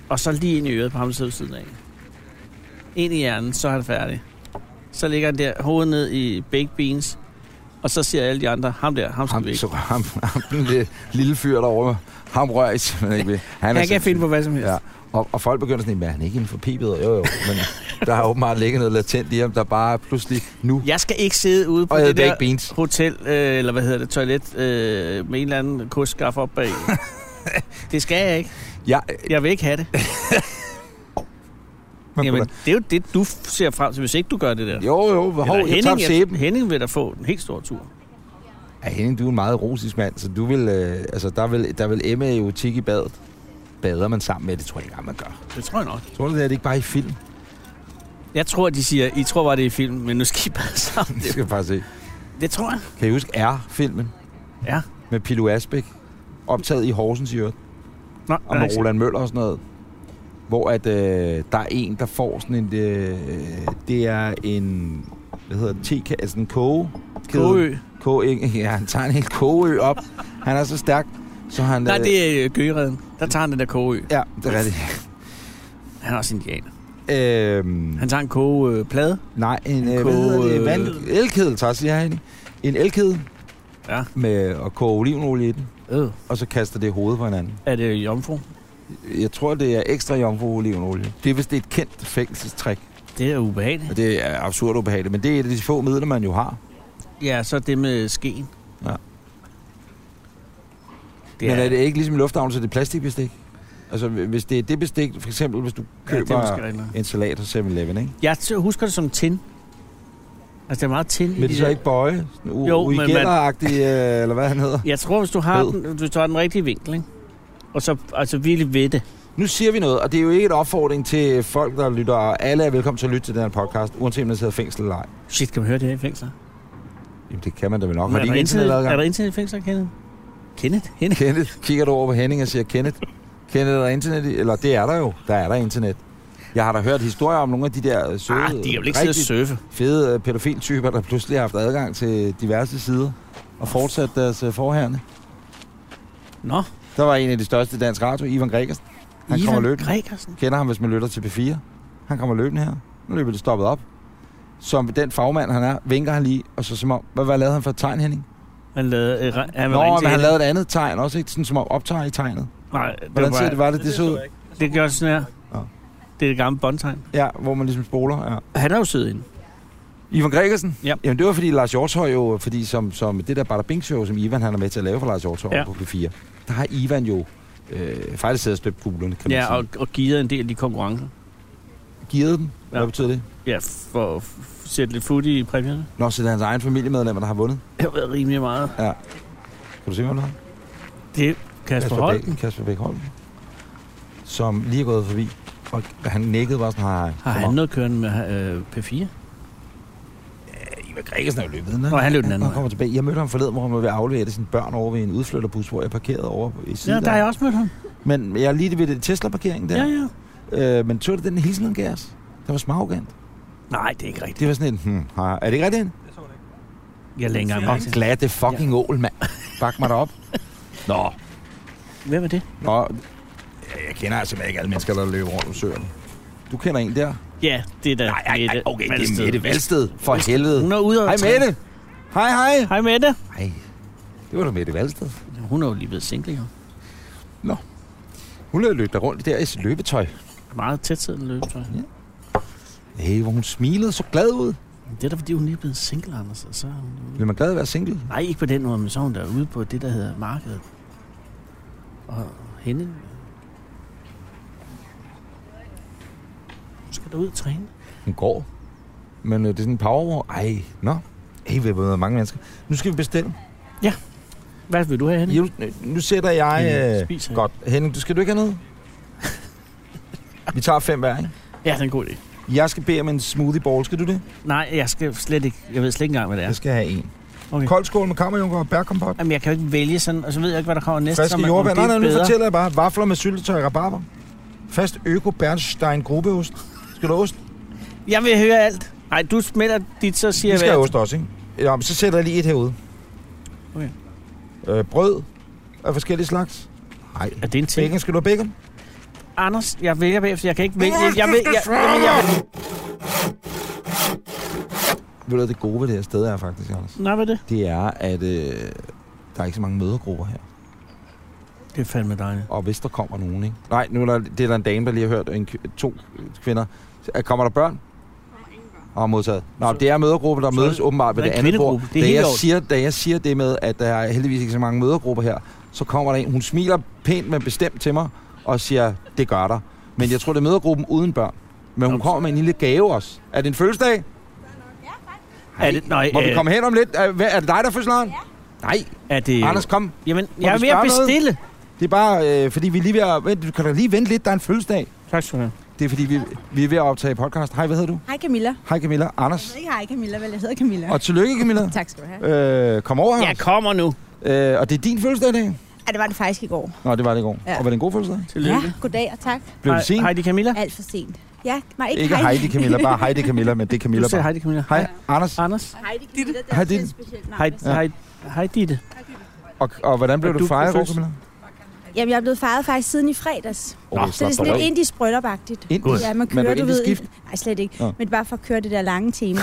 [SPEAKER 2] Og så lige ind i øret på ham, der sidder ved siden af. Ind i hjernen, så er han færdig. Så ligger han der hovedet ned i baked beans. Og så siger alle de andre, ham der, ham skal
[SPEAKER 1] Ham,
[SPEAKER 2] vi ikke.
[SPEAKER 1] så, ham, ham, den lille- lille fyr derovre, ham rører jeg simpelthen ikke ved. Han,
[SPEAKER 2] Han kan finde på hvad som helst.
[SPEAKER 1] Ja. Og, og folk begynder sådan, at han er ikke inden for pibet. Jo, jo, men der har åbenbart ligget noget latent i ham, der bare pludselig nu...
[SPEAKER 2] Jeg skal ikke sidde ude på
[SPEAKER 1] Og jeg
[SPEAKER 2] det
[SPEAKER 1] havde
[SPEAKER 2] der
[SPEAKER 1] baked beans.
[SPEAKER 2] hotel, øh, eller hvad hedder det, toilet, øh, med en eller anden kustskaf op bag. det skal jeg ikke.
[SPEAKER 1] Jeg,
[SPEAKER 2] Jeg vil ikke have det.
[SPEAKER 1] man
[SPEAKER 2] Jamen,
[SPEAKER 1] kunne
[SPEAKER 2] det er jo det, du f- ser frem til, hvis ikke du gør det der.
[SPEAKER 1] da- jo, jo, hov,
[SPEAKER 2] Eller
[SPEAKER 1] jeg tager sæben.
[SPEAKER 2] jeg, Henning vil da få en helt stor tur.
[SPEAKER 1] Ja, Henning, du er en meget russisk mand, så du vil, øh, altså, der vil, der vil Emma jo tigge i badet. Bader man sammen med det, tror jeg ikke, engang, man gør.
[SPEAKER 2] Det tror jeg nok.
[SPEAKER 1] Tror du, det er det ikke bare i film?
[SPEAKER 2] Jeg tror, de siger, I tror bare, det er i film, men nu skal I bare sammen.
[SPEAKER 1] Det skal jeg faktisk se.
[SPEAKER 2] Det tror jeg.
[SPEAKER 1] Kan I huske R-filmen?
[SPEAKER 2] Ja.
[SPEAKER 1] Med Pilo Asbæk. Optaget i Horsens i øvrigt.
[SPEAKER 2] Nå, altså,
[SPEAKER 1] Og med Roland Møller og sådan noget. Hvor at, øh, der er en, der får sådan en... Øh, det er en... Hvad hedder det? Teka, altså en koge.
[SPEAKER 2] Kåø.
[SPEAKER 1] Koge, ja, han tager en hel kogeø op. Han er så stærk, så han...
[SPEAKER 2] Nej,
[SPEAKER 1] øh,
[SPEAKER 2] det er øh, Gøgereden. Der tager han den der Kåø.
[SPEAKER 1] Ja, det er rigtigt.
[SPEAKER 2] Han er også indianer.
[SPEAKER 1] Mm. Øhm,
[SPEAKER 2] Han tager en kogeplade.
[SPEAKER 1] Nej, en, øh,
[SPEAKER 2] En
[SPEAKER 1] hvad hedder det?
[SPEAKER 2] koge-
[SPEAKER 1] Vand, elkedel, tager jeg lige herinde. En elkedel.
[SPEAKER 2] Ja.
[SPEAKER 1] Med at koge olivenolie i den,
[SPEAKER 2] Øh.
[SPEAKER 1] og så kaster det i hovedet på hinanden.
[SPEAKER 2] Er det jomfru?
[SPEAKER 1] Jeg tror, det er ekstra jomfruolivenolie. Det er vist et kendt fængselstrik,
[SPEAKER 2] Det er ubehageligt.
[SPEAKER 1] og det er absurd ubehageligt, men det er et af de få midler, man jo har.
[SPEAKER 2] Ja, så det med skeen.
[SPEAKER 1] Ja.
[SPEAKER 2] Det
[SPEAKER 1] Men er det ikke ligesom i lufthavnen, så er det plastikbestik? Altså, hvis det er det bestik, for eksempel, hvis du
[SPEAKER 2] Ja, det er
[SPEAKER 1] køber
[SPEAKER 2] måske rigtigt nok.
[SPEAKER 1] en salat hos 7-Eleven, ikke?
[SPEAKER 2] Jeg t- husker det som tin. Altså, det er meget tin. i
[SPEAKER 1] Vil det så
[SPEAKER 2] der-
[SPEAKER 1] ikke bøje? Sådan u-
[SPEAKER 2] Jo, men man-
[SPEAKER 1] uigætteragtig, øh, eller hvad han hedder?
[SPEAKER 2] Jeg tror, hvis du har
[SPEAKER 1] Ved.
[SPEAKER 2] den, hvis du har den rigtige vinkel, ikke? og så altså, virkelig ved det.
[SPEAKER 1] Nu siger vi noget, og det er jo ikke en opfordring til folk, der lytter. og Alle er velkommen til at lytte til den her podcast, uanset om man sidder i fængsel eller ej.
[SPEAKER 2] Shit, kan man høre det her i fængsler?
[SPEAKER 1] Jamen, det kan man da vel nok. Har
[SPEAKER 2] er,
[SPEAKER 1] de
[SPEAKER 2] der
[SPEAKER 1] ikke internetadgang?
[SPEAKER 2] er der internet i fængsler, Kenneth? Kenneth? Henning?
[SPEAKER 1] Kenneth, kigger du over på Henning og siger, Kenneth, Kenneth, er der internet i? Eller det er der jo, der er der internet. Jeg har da hørt historier om nogle af de der øh, søde,
[SPEAKER 2] Ah, de kan vel ikke sidde og
[SPEAKER 1] rigtig
[SPEAKER 2] surfe.
[SPEAKER 1] fede øh, pædofiltyper, der pludselig har haft adgang til diverse sider og fortsat deres øh, forhærne.
[SPEAKER 2] Nå,
[SPEAKER 1] Der var en af de største dansk radio, Ivan Gregersen. Han
[SPEAKER 2] Ivan
[SPEAKER 1] kommer løbende.
[SPEAKER 2] Gregersen.
[SPEAKER 1] Kender ham, hvis man lytter til P4. Han kommer løbende her. Nu løber det stoppet op. Som den fagmand, han er, vinker han lige, og så som om, hvad, hvad lavede han for et tegn, Henning?
[SPEAKER 2] Han lavede... Øh, re- han vil
[SPEAKER 1] Nå,
[SPEAKER 2] ringe
[SPEAKER 1] men
[SPEAKER 2] til
[SPEAKER 1] han
[SPEAKER 2] hende.
[SPEAKER 1] lavede et andet tegn også, ikke? Sådan som om optager i tegnet.
[SPEAKER 2] Nej, det, var
[SPEAKER 1] Hvordan ser det,
[SPEAKER 2] bare,
[SPEAKER 1] var det, det så ud?
[SPEAKER 2] det gør sådan her.
[SPEAKER 1] Ja.
[SPEAKER 2] Det er det gamle båndtegn.
[SPEAKER 1] Ja, hvor man ligesom spoler, ja.
[SPEAKER 2] Han er jo sød inde.
[SPEAKER 1] Ivan Gregersen?
[SPEAKER 2] Ja.
[SPEAKER 1] Jamen det var fordi Lars Hjortøj jo, fordi som, som det der Bada Bing show, som Ivan han er med til at lave for Lars Hjortøj
[SPEAKER 2] Ja.
[SPEAKER 1] ja. på P4, der har Ivan jo øh, faktisk siddet og støbt kuglerne, kan man
[SPEAKER 2] Ja,
[SPEAKER 1] sige.
[SPEAKER 2] og, og givet en del af de konkurrencer.
[SPEAKER 1] Givet dem? Hvad
[SPEAKER 2] Ja.
[SPEAKER 1] betyder det?
[SPEAKER 2] Ja, for at f- sætte lidt fod i præmierne.
[SPEAKER 1] Nå, så det er hans egen familiemedlemmer, der har vundet.
[SPEAKER 2] Det har været rimelig meget.
[SPEAKER 1] Kan du se, hvem der har?
[SPEAKER 2] Det Kasper Holten
[SPEAKER 1] Bæk, Kasper Bæk Holm. Som lige er gået forbi. Og han nikkede bare sådan, hej.
[SPEAKER 2] har han noget kørende med øh, P4.
[SPEAKER 1] Ivan Gregersen er jo løbet den
[SPEAKER 2] Nå, han løb den anden
[SPEAKER 1] Han
[SPEAKER 2] vej.
[SPEAKER 1] kommer tilbage. Jeg mødte ham forleden, hvor han var ved at aflevere et af sine børn over ved en udflytterbus, hvor jeg parkerede over i siden.
[SPEAKER 2] Ja, der har jeg også mødt ham.
[SPEAKER 1] Men jeg er lige ved det Tesla-parkering der.
[SPEAKER 2] Ja, ja.
[SPEAKER 1] Øh, men tog det den hilsen, han gav os? Det var smarrogant.
[SPEAKER 2] Nej, det er ikke rigtigt.
[SPEAKER 1] Det var sådan en, hmm, hej. er det ikke rigtigt?
[SPEAKER 2] Jeg lægger engang
[SPEAKER 1] Åh,
[SPEAKER 2] mærke til.
[SPEAKER 1] glatte fucking ål, mand. Bak mig derop. Nå,
[SPEAKER 2] Hvem er det?
[SPEAKER 1] nå. Ja, Jeg kender altså ikke alle mennesker, der løber rundt om søerne. Du kender en der?
[SPEAKER 2] Ja, det er da
[SPEAKER 1] Nej, nej, nej, okay, det er
[SPEAKER 2] Valsted.
[SPEAKER 1] Mette Valsted. For helvede.
[SPEAKER 2] Hun er ude og
[SPEAKER 1] Hej
[SPEAKER 2] træne.
[SPEAKER 1] Mette. Hej, hej.
[SPEAKER 2] Hej Mette.
[SPEAKER 1] Hej. Det var da Mette Valsted.
[SPEAKER 2] Hun er jo lige blevet single, jo.
[SPEAKER 1] Hun løb løb der rundt der i sit løbetøj.
[SPEAKER 2] Meget tæt siddende løbetøj.
[SPEAKER 1] Hey, hvor hun smilede så glad ud.
[SPEAKER 2] Det er da, fordi hun lige er blevet single, Anders. Og så er hun...
[SPEAKER 1] Vil man glad at være single?
[SPEAKER 2] Nej, ikke på den måde, men så er hun der ude på det, der hedder markedet. Og hende... Hun skal derud og træne.
[SPEAKER 1] Hun går. Men øh, det er sådan en power Ej, nå. Hey, vi har været mange mennesker. Nu skal vi bestille.
[SPEAKER 2] Hvad vil du have, Henning?
[SPEAKER 1] Jo, nu sætter jeg... Øh,
[SPEAKER 2] Spiser.
[SPEAKER 1] godt. Henning, du skal du ikke have noget? Vi tager fem hver, ikke?
[SPEAKER 2] Ja, det er en god idé.
[SPEAKER 1] Jeg skal bede om en smoothie bowl. Skal du det?
[SPEAKER 2] Nej, jeg skal slet ikke... Jeg ved slet ikke engang, hvad det
[SPEAKER 1] Jeg
[SPEAKER 2] er.
[SPEAKER 1] skal have en.
[SPEAKER 2] Okay.
[SPEAKER 1] Kold skål med kammerjunker og bærkompot.
[SPEAKER 2] Jamen, jeg kan jo ikke vælge sådan, og så ved jeg ikke, hvad der kommer næste.
[SPEAKER 1] Friske
[SPEAKER 2] om- om
[SPEAKER 1] jordbær.
[SPEAKER 2] det er
[SPEAKER 1] Nej, nej, nu
[SPEAKER 2] bedre.
[SPEAKER 1] fortæller jeg bare. Vafler med syltetøj og rabarber. Fast øko Bernstein grubeost. Skal du have ost?
[SPEAKER 2] Jeg vil høre alt. Nej, du smelter dit, så siger
[SPEAKER 1] Vi
[SPEAKER 2] jeg,
[SPEAKER 1] skal
[SPEAKER 2] hvad
[SPEAKER 1] have
[SPEAKER 2] jeg...
[SPEAKER 1] ost også, ikke? Ja, men så sætter jeg lige et herude.
[SPEAKER 2] Okay.
[SPEAKER 1] Øh, brød af forskellige slags. Nej.
[SPEAKER 2] Er det en ting?
[SPEAKER 1] Bacon, skal du have bacon?
[SPEAKER 2] Anders, jeg vælger bagefter. Jeg kan ikke vælge. Jeg, jeg, jeg, jeg, jeg, jeg,
[SPEAKER 1] Ved du, hvad det gode ved det her sted er faktisk, Anders?
[SPEAKER 2] Nej, hvad er det?
[SPEAKER 1] Det er, at øh, der er ikke så mange mødergrupper her.
[SPEAKER 2] Det er fandme dejligt.
[SPEAKER 1] Og hvis der kommer nogen, ikke? Nej, nu er der, det er der en dame, der lige har hørt, en, kv- to kvinder. Er- Kommer der børn? Og modtaget. Nå,
[SPEAKER 2] Så-
[SPEAKER 1] det er mødergruppe, der
[SPEAKER 2] så-
[SPEAKER 1] mødes åbenbart ved
[SPEAKER 2] der
[SPEAKER 1] det
[SPEAKER 2] er en
[SPEAKER 1] andet bord.
[SPEAKER 2] kvindegruppe. Det er
[SPEAKER 1] Da
[SPEAKER 2] helt
[SPEAKER 1] jeg,
[SPEAKER 2] i orden.
[SPEAKER 1] siger, da jeg siger det med, at der er heldigvis ikke så mange mødergrupper her, så kommer der en, hun smiler pænt, men bestemt til mig, og siger, det gør der. Men jeg tror, det er mødergruppen uden børn. Men hun
[SPEAKER 2] Nå,
[SPEAKER 1] kommer med en lille gave også. Er det en fødselsdag?
[SPEAKER 2] Er det, nej,
[SPEAKER 1] Må
[SPEAKER 2] øh,
[SPEAKER 1] vi komme hen om lidt? Er, hvad- er det dig, der er fødselaren? Nej,
[SPEAKER 2] er det,
[SPEAKER 1] Anders, kom.
[SPEAKER 2] Jamen, jeg er
[SPEAKER 1] vi
[SPEAKER 2] ved at
[SPEAKER 1] spørge noget?
[SPEAKER 2] bestille.
[SPEAKER 1] Det er bare, øh, fordi vi er lige ved at... Vent, du kan da lige vente lidt, der er en fødselsdag.
[SPEAKER 2] Tak skal du have.
[SPEAKER 1] Det er fordi, vi, vi er ved at optage podcast. Hej, hvad hedder du?
[SPEAKER 3] Hej Camilla.
[SPEAKER 1] Hej Camilla.
[SPEAKER 3] Jeg
[SPEAKER 1] Anders.
[SPEAKER 3] ved ikke, hej Camilla, vel? Jeg hedder Camilla.
[SPEAKER 1] Og tillykke, Camilla.
[SPEAKER 3] Tak skal du have.
[SPEAKER 1] Øh, kom over her.
[SPEAKER 2] Jeg kommer nu.
[SPEAKER 1] Øh, og det er din fødselsdag i dag?
[SPEAKER 3] Ja, det var det faktisk i går.
[SPEAKER 1] Nå, det var det i går.
[SPEAKER 3] Ja.
[SPEAKER 1] Og var det en god fødselsdag?
[SPEAKER 2] Tillykke.
[SPEAKER 3] Ja, goddag og tak.
[SPEAKER 1] Blev det
[SPEAKER 2] Hej,
[SPEAKER 1] sent?
[SPEAKER 2] Heidi Camilla.
[SPEAKER 3] Alt for sent. Ja, nej, ikke,
[SPEAKER 1] Ikke Heidi Camilla, bare Heidi Camilla, men det er
[SPEAKER 2] Du
[SPEAKER 1] Camilla bare.
[SPEAKER 2] sagde Heidi Camilla.
[SPEAKER 1] Hej, Anders.
[SPEAKER 2] Anders.
[SPEAKER 3] Heidi Camilla, det
[SPEAKER 1] er Hej, også Ditte. et
[SPEAKER 3] specielt
[SPEAKER 2] Hej, hej, hej Ditte.
[SPEAKER 1] Og, og hvordan blev
[SPEAKER 2] Og
[SPEAKER 1] du
[SPEAKER 2] du
[SPEAKER 1] fejret, i
[SPEAKER 2] blev
[SPEAKER 1] går,
[SPEAKER 2] født.
[SPEAKER 1] Camilla?
[SPEAKER 3] Jamen, jeg er blevet fejret faktisk siden i fredags.
[SPEAKER 1] Nå,
[SPEAKER 3] Så det er sådan lidt indisk bryllupagtigt.
[SPEAKER 1] Indisk?
[SPEAKER 3] Ja, man
[SPEAKER 1] Men er
[SPEAKER 3] kører,
[SPEAKER 1] du
[SPEAKER 3] du ved...
[SPEAKER 1] indisk
[SPEAKER 3] Nej, slet ikke.
[SPEAKER 1] Nå.
[SPEAKER 3] Men det er bare for at køre det der lange tema.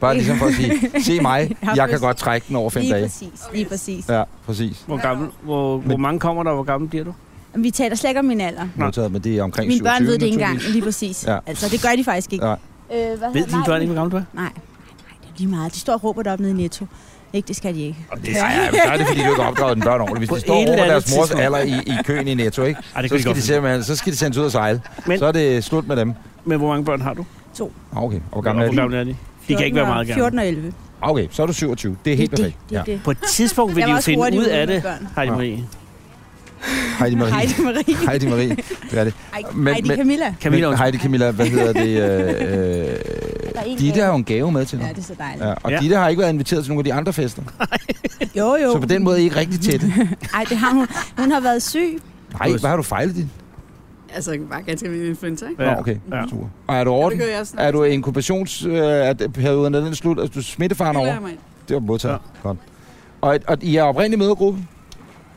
[SPEAKER 1] Bare ligesom for at sige, se mig,
[SPEAKER 3] Ja,
[SPEAKER 1] jeg kan
[SPEAKER 3] præcis.
[SPEAKER 1] godt trække den over fem
[SPEAKER 3] Lige
[SPEAKER 1] dage.
[SPEAKER 3] præcis, lige præcis.
[SPEAKER 1] Ja, præcis.
[SPEAKER 2] Hvor, gammel, hvor, hvor mange kommer der, og hvor gammel bliver du?
[SPEAKER 3] Vi taler slet ikke om min alder.
[SPEAKER 1] Modtaget, men det er omkring 27.
[SPEAKER 3] Mine børn ved det ikke engang,
[SPEAKER 1] naturligvis.
[SPEAKER 3] lige præcis.
[SPEAKER 1] Ja.
[SPEAKER 3] Altså, det gør de faktisk ikke.
[SPEAKER 1] Ja.
[SPEAKER 3] Øh, hvad
[SPEAKER 2] Ved
[SPEAKER 3] hedder-
[SPEAKER 2] dine
[SPEAKER 3] nej,
[SPEAKER 2] børn ikke, hvor gammel du er?
[SPEAKER 3] Nej, nej, det er lige meget. De står og råber deroppe nede i Netto. Ikke, det skal de ikke.
[SPEAKER 1] Og det er, så er det, fordi du ikke har opdraget den børn ordentligt.
[SPEAKER 2] På
[SPEAKER 1] Hvis de står
[SPEAKER 2] et eller
[SPEAKER 1] over
[SPEAKER 2] andet
[SPEAKER 1] deres mors
[SPEAKER 2] tidspunkt.
[SPEAKER 1] alder i, i køen i Netto, ikke?
[SPEAKER 2] Ej, det
[SPEAKER 1] så,
[SPEAKER 2] kan
[SPEAKER 1] skal de
[SPEAKER 2] de godt.
[SPEAKER 1] simpelthen, så skal de sendes ud og sejle.
[SPEAKER 2] Men-
[SPEAKER 1] så er det slut med dem.
[SPEAKER 2] Men hvor mange børn har du?
[SPEAKER 1] Ah, okay. Og hvor
[SPEAKER 2] Og
[SPEAKER 1] gammel er
[SPEAKER 2] hvor
[SPEAKER 1] de?
[SPEAKER 2] gamle er de? De kan ikke være
[SPEAKER 3] 14 og-
[SPEAKER 2] meget gamle.
[SPEAKER 3] 14 og 11.
[SPEAKER 1] Ah, Okay, så er du 27. Det er helt
[SPEAKER 3] det,
[SPEAKER 1] perfekt.
[SPEAKER 3] Det, det,
[SPEAKER 1] Ja.
[SPEAKER 3] det.
[SPEAKER 2] På et tidspunkt vil
[SPEAKER 3] Jeg
[SPEAKER 2] de
[SPEAKER 3] var
[SPEAKER 2] jo
[SPEAKER 3] også
[SPEAKER 2] finde
[SPEAKER 3] hurtig
[SPEAKER 2] ud
[SPEAKER 3] ude
[SPEAKER 2] af
[SPEAKER 3] med
[SPEAKER 2] det.
[SPEAKER 3] børn.
[SPEAKER 2] Heidi
[SPEAKER 1] Ja.
[SPEAKER 2] Marie.
[SPEAKER 1] Heidi Marie.
[SPEAKER 3] Heidi Marie.
[SPEAKER 1] Heidi Marie. Det er det.
[SPEAKER 3] Ej,
[SPEAKER 1] Men-
[SPEAKER 3] Heidi
[SPEAKER 1] men-
[SPEAKER 3] Camilla.
[SPEAKER 2] Camilla
[SPEAKER 1] Men
[SPEAKER 2] også.
[SPEAKER 1] Heidi Camilla, hvad hedder det? Øh, øh, Ditte har jo en gave med til
[SPEAKER 3] Ja,
[SPEAKER 1] dig.
[SPEAKER 3] det er så dejligt.
[SPEAKER 1] Ja, og
[SPEAKER 2] Ja.
[SPEAKER 1] Ditte har ikke været inviteret til nogle af de andre fester.
[SPEAKER 3] Jo, jo.
[SPEAKER 1] Så på den måde er I ikke rigtig tætte.
[SPEAKER 3] Ej, det har hun. Hun har været syg.
[SPEAKER 1] Nej, hvad har du fejlet dit?
[SPEAKER 4] Altså bare ganske almindelig influenza, ikke?
[SPEAKER 1] Nå,
[SPEAKER 2] Ja.
[SPEAKER 1] okay.
[SPEAKER 2] Ja.
[SPEAKER 1] Super. Og er du over
[SPEAKER 4] det
[SPEAKER 1] den?
[SPEAKER 4] gør jeg snart.
[SPEAKER 1] Er du i inkubationsperioden, er den slut? Er du smittefaren
[SPEAKER 4] Det
[SPEAKER 1] over?
[SPEAKER 4] lader mig ind.
[SPEAKER 1] Det var modtaget. Godt. Og, og I er oprindelig mødergruppe?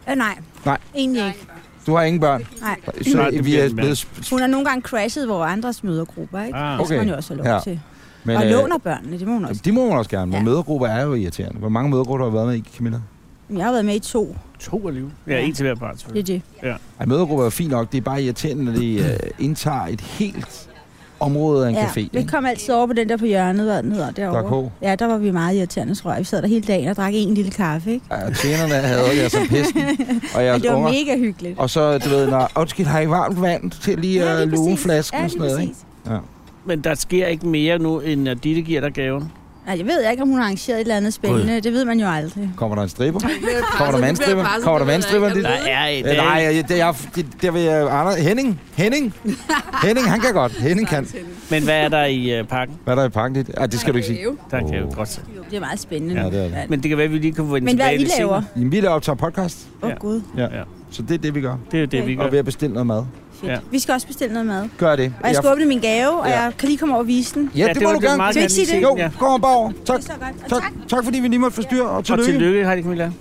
[SPEAKER 3] Øh, nej.
[SPEAKER 1] Nej.
[SPEAKER 3] Egentlig ikke.
[SPEAKER 1] Du har ingen børn?
[SPEAKER 3] Nej.
[SPEAKER 1] Så
[SPEAKER 2] Nej, det
[SPEAKER 1] vi
[SPEAKER 2] bliver
[SPEAKER 1] er
[SPEAKER 2] en mand.
[SPEAKER 1] blevet... sp- sp-
[SPEAKER 3] Hun har nogle gange crashet vores andres mødergrupper, ikke?
[SPEAKER 2] Ah.
[SPEAKER 3] Ah, okay. Det
[SPEAKER 1] Okay.
[SPEAKER 3] skal man jo også have lov
[SPEAKER 1] Ja.
[SPEAKER 3] ja. til.
[SPEAKER 1] Men,
[SPEAKER 3] og
[SPEAKER 1] øh,
[SPEAKER 3] låner børnene, det må hun også.
[SPEAKER 1] de må hun også gerne, men ja.
[SPEAKER 3] Ja.
[SPEAKER 1] mødergrupper er jo irriterende. Hvor mange mødergrupper har du været med i, Camilla?
[SPEAKER 3] Jeg har været med i to.
[SPEAKER 2] To alligevel. Ja, en til hver part,
[SPEAKER 3] Det er
[SPEAKER 2] selvfølgelig.
[SPEAKER 3] det.
[SPEAKER 1] Ej, mødergrupper er fint nok. Det er bare irriterende, når de øh, indtager et helt område af en ja, café.
[SPEAKER 3] vi
[SPEAKER 1] Ikke?
[SPEAKER 3] kom altid over på den der på hjørnet, hvad den hedder
[SPEAKER 1] Der er
[SPEAKER 3] derovre.
[SPEAKER 1] K.
[SPEAKER 3] Ja, der var vi meget irriterende, tror jeg. Vi sad der hele dagen og drak en lille kaffe, ikke?
[SPEAKER 1] Ej, og tjenerne havde jeg som pesten. Og
[SPEAKER 3] Men
[SPEAKER 1] jeg
[SPEAKER 3] det var
[SPEAKER 1] unger.
[SPEAKER 3] mega hyggeligt.
[SPEAKER 1] Og så, du ved, når, undskyld, har I varmt vand til lige at luge en flaske
[SPEAKER 3] ja,
[SPEAKER 1] og
[SPEAKER 3] lige
[SPEAKER 1] sådan noget, ikke?
[SPEAKER 3] præcis.
[SPEAKER 2] Men der sker ikke mere nu, end at Ditte giver dig gaven.
[SPEAKER 3] Nej, jeg ved ikke, om hun har arrangeret et eller andet spændende. Det ved man jo aldrig.
[SPEAKER 1] Kommer der en striber?
[SPEAKER 4] Kommer
[SPEAKER 1] der mandstripper? Kommer der mandstripper?
[SPEAKER 2] Der er et...
[SPEAKER 1] Øh, nej, jeg, det, jeg, det, der vil jeg... Anders, Henning? Henning? Henning, han kan godt. Henning kan.
[SPEAKER 2] Men hvad er der i uh, pakken?
[SPEAKER 1] Hvad er der i pakken dit? Ah, det skal du ikke sige.
[SPEAKER 2] Der kan jeg jo
[SPEAKER 1] Åh.
[SPEAKER 2] godt se.
[SPEAKER 3] Det er meget spændende.
[SPEAKER 1] Ja, det er det.
[SPEAKER 2] Men det kan være, at vi lige kan få den
[SPEAKER 3] Men hvad
[SPEAKER 2] tilbage
[SPEAKER 3] I
[SPEAKER 2] lidt
[SPEAKER 3] laver?
[SPEAKER 2] senere.
[SPEAKER 1] Jamen, vi laver optager podcast,
[SPEAKER 3] Åh,
[SPEAKER 2] Ja.
[SPEAKER 3] oh, Gud.
[SPEAKER 1] så det er det, vi gør.
[SPEAKER 2] Det er jo det, vi
[SPEAKER 1] Og
[SPEAKER 2] gør.
[SPEAKER 1] ved at bestille noget mad.
[SPEAKER 3] Fedt.
[SPEAKER 2] Ja.
[SPEAKER 3] Ja. Vi skal også bestille noget mad.
[SPEAKER 1] Gør det.
[SPEAKER 3] Og jeg skal åbne min gave, og
[SPEAKER 1] Ja.
[SPEAKER 3] jeg kan lige komme over og vise den.
[SPEAKER 1] Ja, det må
[SPEAKER 2] var-
[SPEAKER 1] du gerne.
[SPEAKER 2] meget
[SPEAKER 3] Skal vi
[SPEAKER 2] gerne
[SPEAKER 3] ikke sige
[SPEAKER 2] lige
[SPEAKER 1] Jo,
[SPEAKER 2] se den,
[SPEAKER 1] kom borover. Tak.
[SPEAKER 3] Det er så godt. Og
[SPEAKER 1] Tak,
[SPEAKER 3] tak.
[SPEAKER 1] tak fordi vi lige måtte forstyrre, og
[SPEAKER 2] Ja. Og
[SPEAKER 1] tillykke.
[SPEAKER 2] tillykke, Heidi Camilla.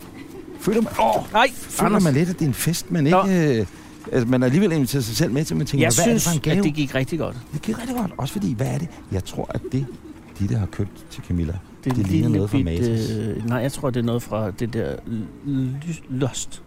[SPEAKER 1] Føler man, åh,
[SPEAKER 2] Nej,
[SPEAKER 1] føler man lidt, at det er en fest, men ikke... Øh, altså, man har alligevel inviteret sig selv med til, man tænker,
[SPEAKER 2] Jeg
[SPEAKER 1] hvad
[SPEAKER 2] synes,
[SPEAKER 1] er det for en
[SPEAKER 2] at
[SPEAKER 1] gave?
[SPEAKER 2] det gik rigtig godt.
[SPEAKER 1] Det giver rigtig godt. Også fordi, hvad er det? Jeg tror, at det, de der har købt til Camilla,
[SPEAKER 2] Det, er
[SPEAKER 1] Det ligner
[SPEAKER 2] lille
[SPEAKER 1] noget fra
[SPEAKER 2] bit,
[SPEAKER 1] Matas.
[SPEAKER 2] øh, nej, jeg tror, det er noget fra det der l- l- Lost.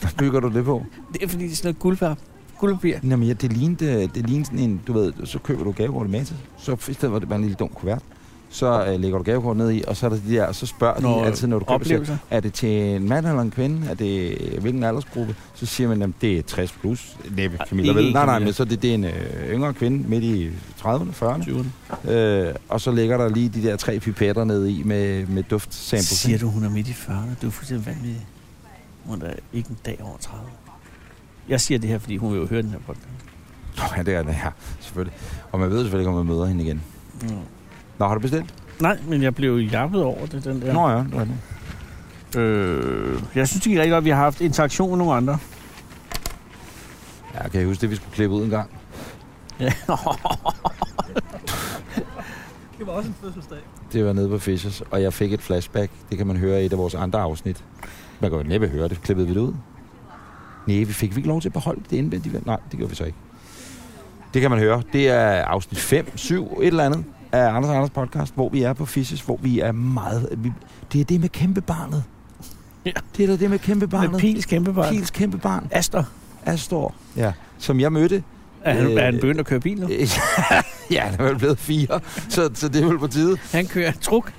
[SPEAKER 1] hvad bygger du det på?
[SPEAKER 2] Det er fordi, det er sådan noget guldpap. Guldpapir.
[SPEAKER 1] Jamen, ja, det lignede, det lignede sådan en, du ved, så køber du gavekortet med til, så i stedet var det bare en lille dum kuvert, så øh, lægger du gavekortet ned i, og så er der de der, og så spørger
[SPEAKER 2] øh,
[SPEAKER 1] Nå, de altid, når du køber selv,
[SPEAKER 2] oplevelser.
[SPEAKER 1] er det til en mand eller en kvinde, er det hvilken aldersgruppe, så siger man, at det er 60 plus, næppe
[SPEAKER 2] Ej,
[SPEAKER 1] Camilla,
[SPEAKER 2] ikke
[SPEAKER 1] vel? Nej, nej,
[SPEAKER 2] Camilla.
[SPEAKER 1] men så er det, det er en øh, yngre kvinde midt i 30'erne, 40'erne,
[SPEAKER 2] 20'erne.
[SPEAKER 1] øh, og så ligger der lige de der tre pipetter ned i med, med duftsamples.
[SPEAKER 2] Siger du, hun er midt i 40'erne? Du er fuldstændig vanvittig. Hun er ikke en dag over 30. Jeg siger det her, fordi hun vil jo høre den her podcast.
[SPEAKER 1] Nå, ja, det er det, ja, selvfølgelig. Og man ved selvfølgelig ikke, om man møder hende igen.
[SPEAKER 2] Mm.
[SPEAKER 1] Nå, har du bestilt?
[SPEAKER 2] Nej, men jeg blev jappet over det, den der.
[SPEAKER 1] Ja. Nå ja, det var det.
[SPEAKER 2] Øh, jeg synes, det er rigtig godt, at vi har haft interaktion med nogle andre.
[SPEAKER 1] Ja, kan jeg huske det, vi skulle klippe ud en gang?
[SPEAKER 2] Ja.
[SPEAKER 5] Det var også en fødselsdag.
[SPEAKER 1] Det var nede på Fishers, og jeg fik et flashback. Det kan man høre i et af vores andre afsnit. Man kan jo næppe høre det. Klippede vi det ud? Nej, vi fik vi ikke lov til at beholde det indvendigt. Nej, det gjorde vi så ikke. Det kan man høre. Det er afsnit 5, 7, et eller andet af Anders og Anders podcast, hvor vi er på Fishers, hvor vi er meget... Vi, det er det med kæmpe barnet.
[SPEAKER 2] Ja.
[SPEAKER 1] Det er da det med kæmpe barnet.
[SPEAKER 2] med Pils kæmpe barn.
[SPEAKER 1] Pils kæmpe barn.
[SPEAKER 2] Astor.
[SPEAKER 1] Astor. Ja. Som jeg mødte
[SPEAKER 2] Er han,
[SPEAKER 1] Øh,
[SPEAKER 2] er han begyndt at køre bil nu?
[SPEAKER 1] Øh, ja, han er vel blevet fire, så, så det er vel på tide.
[SPEAKER 2] Han kører truk.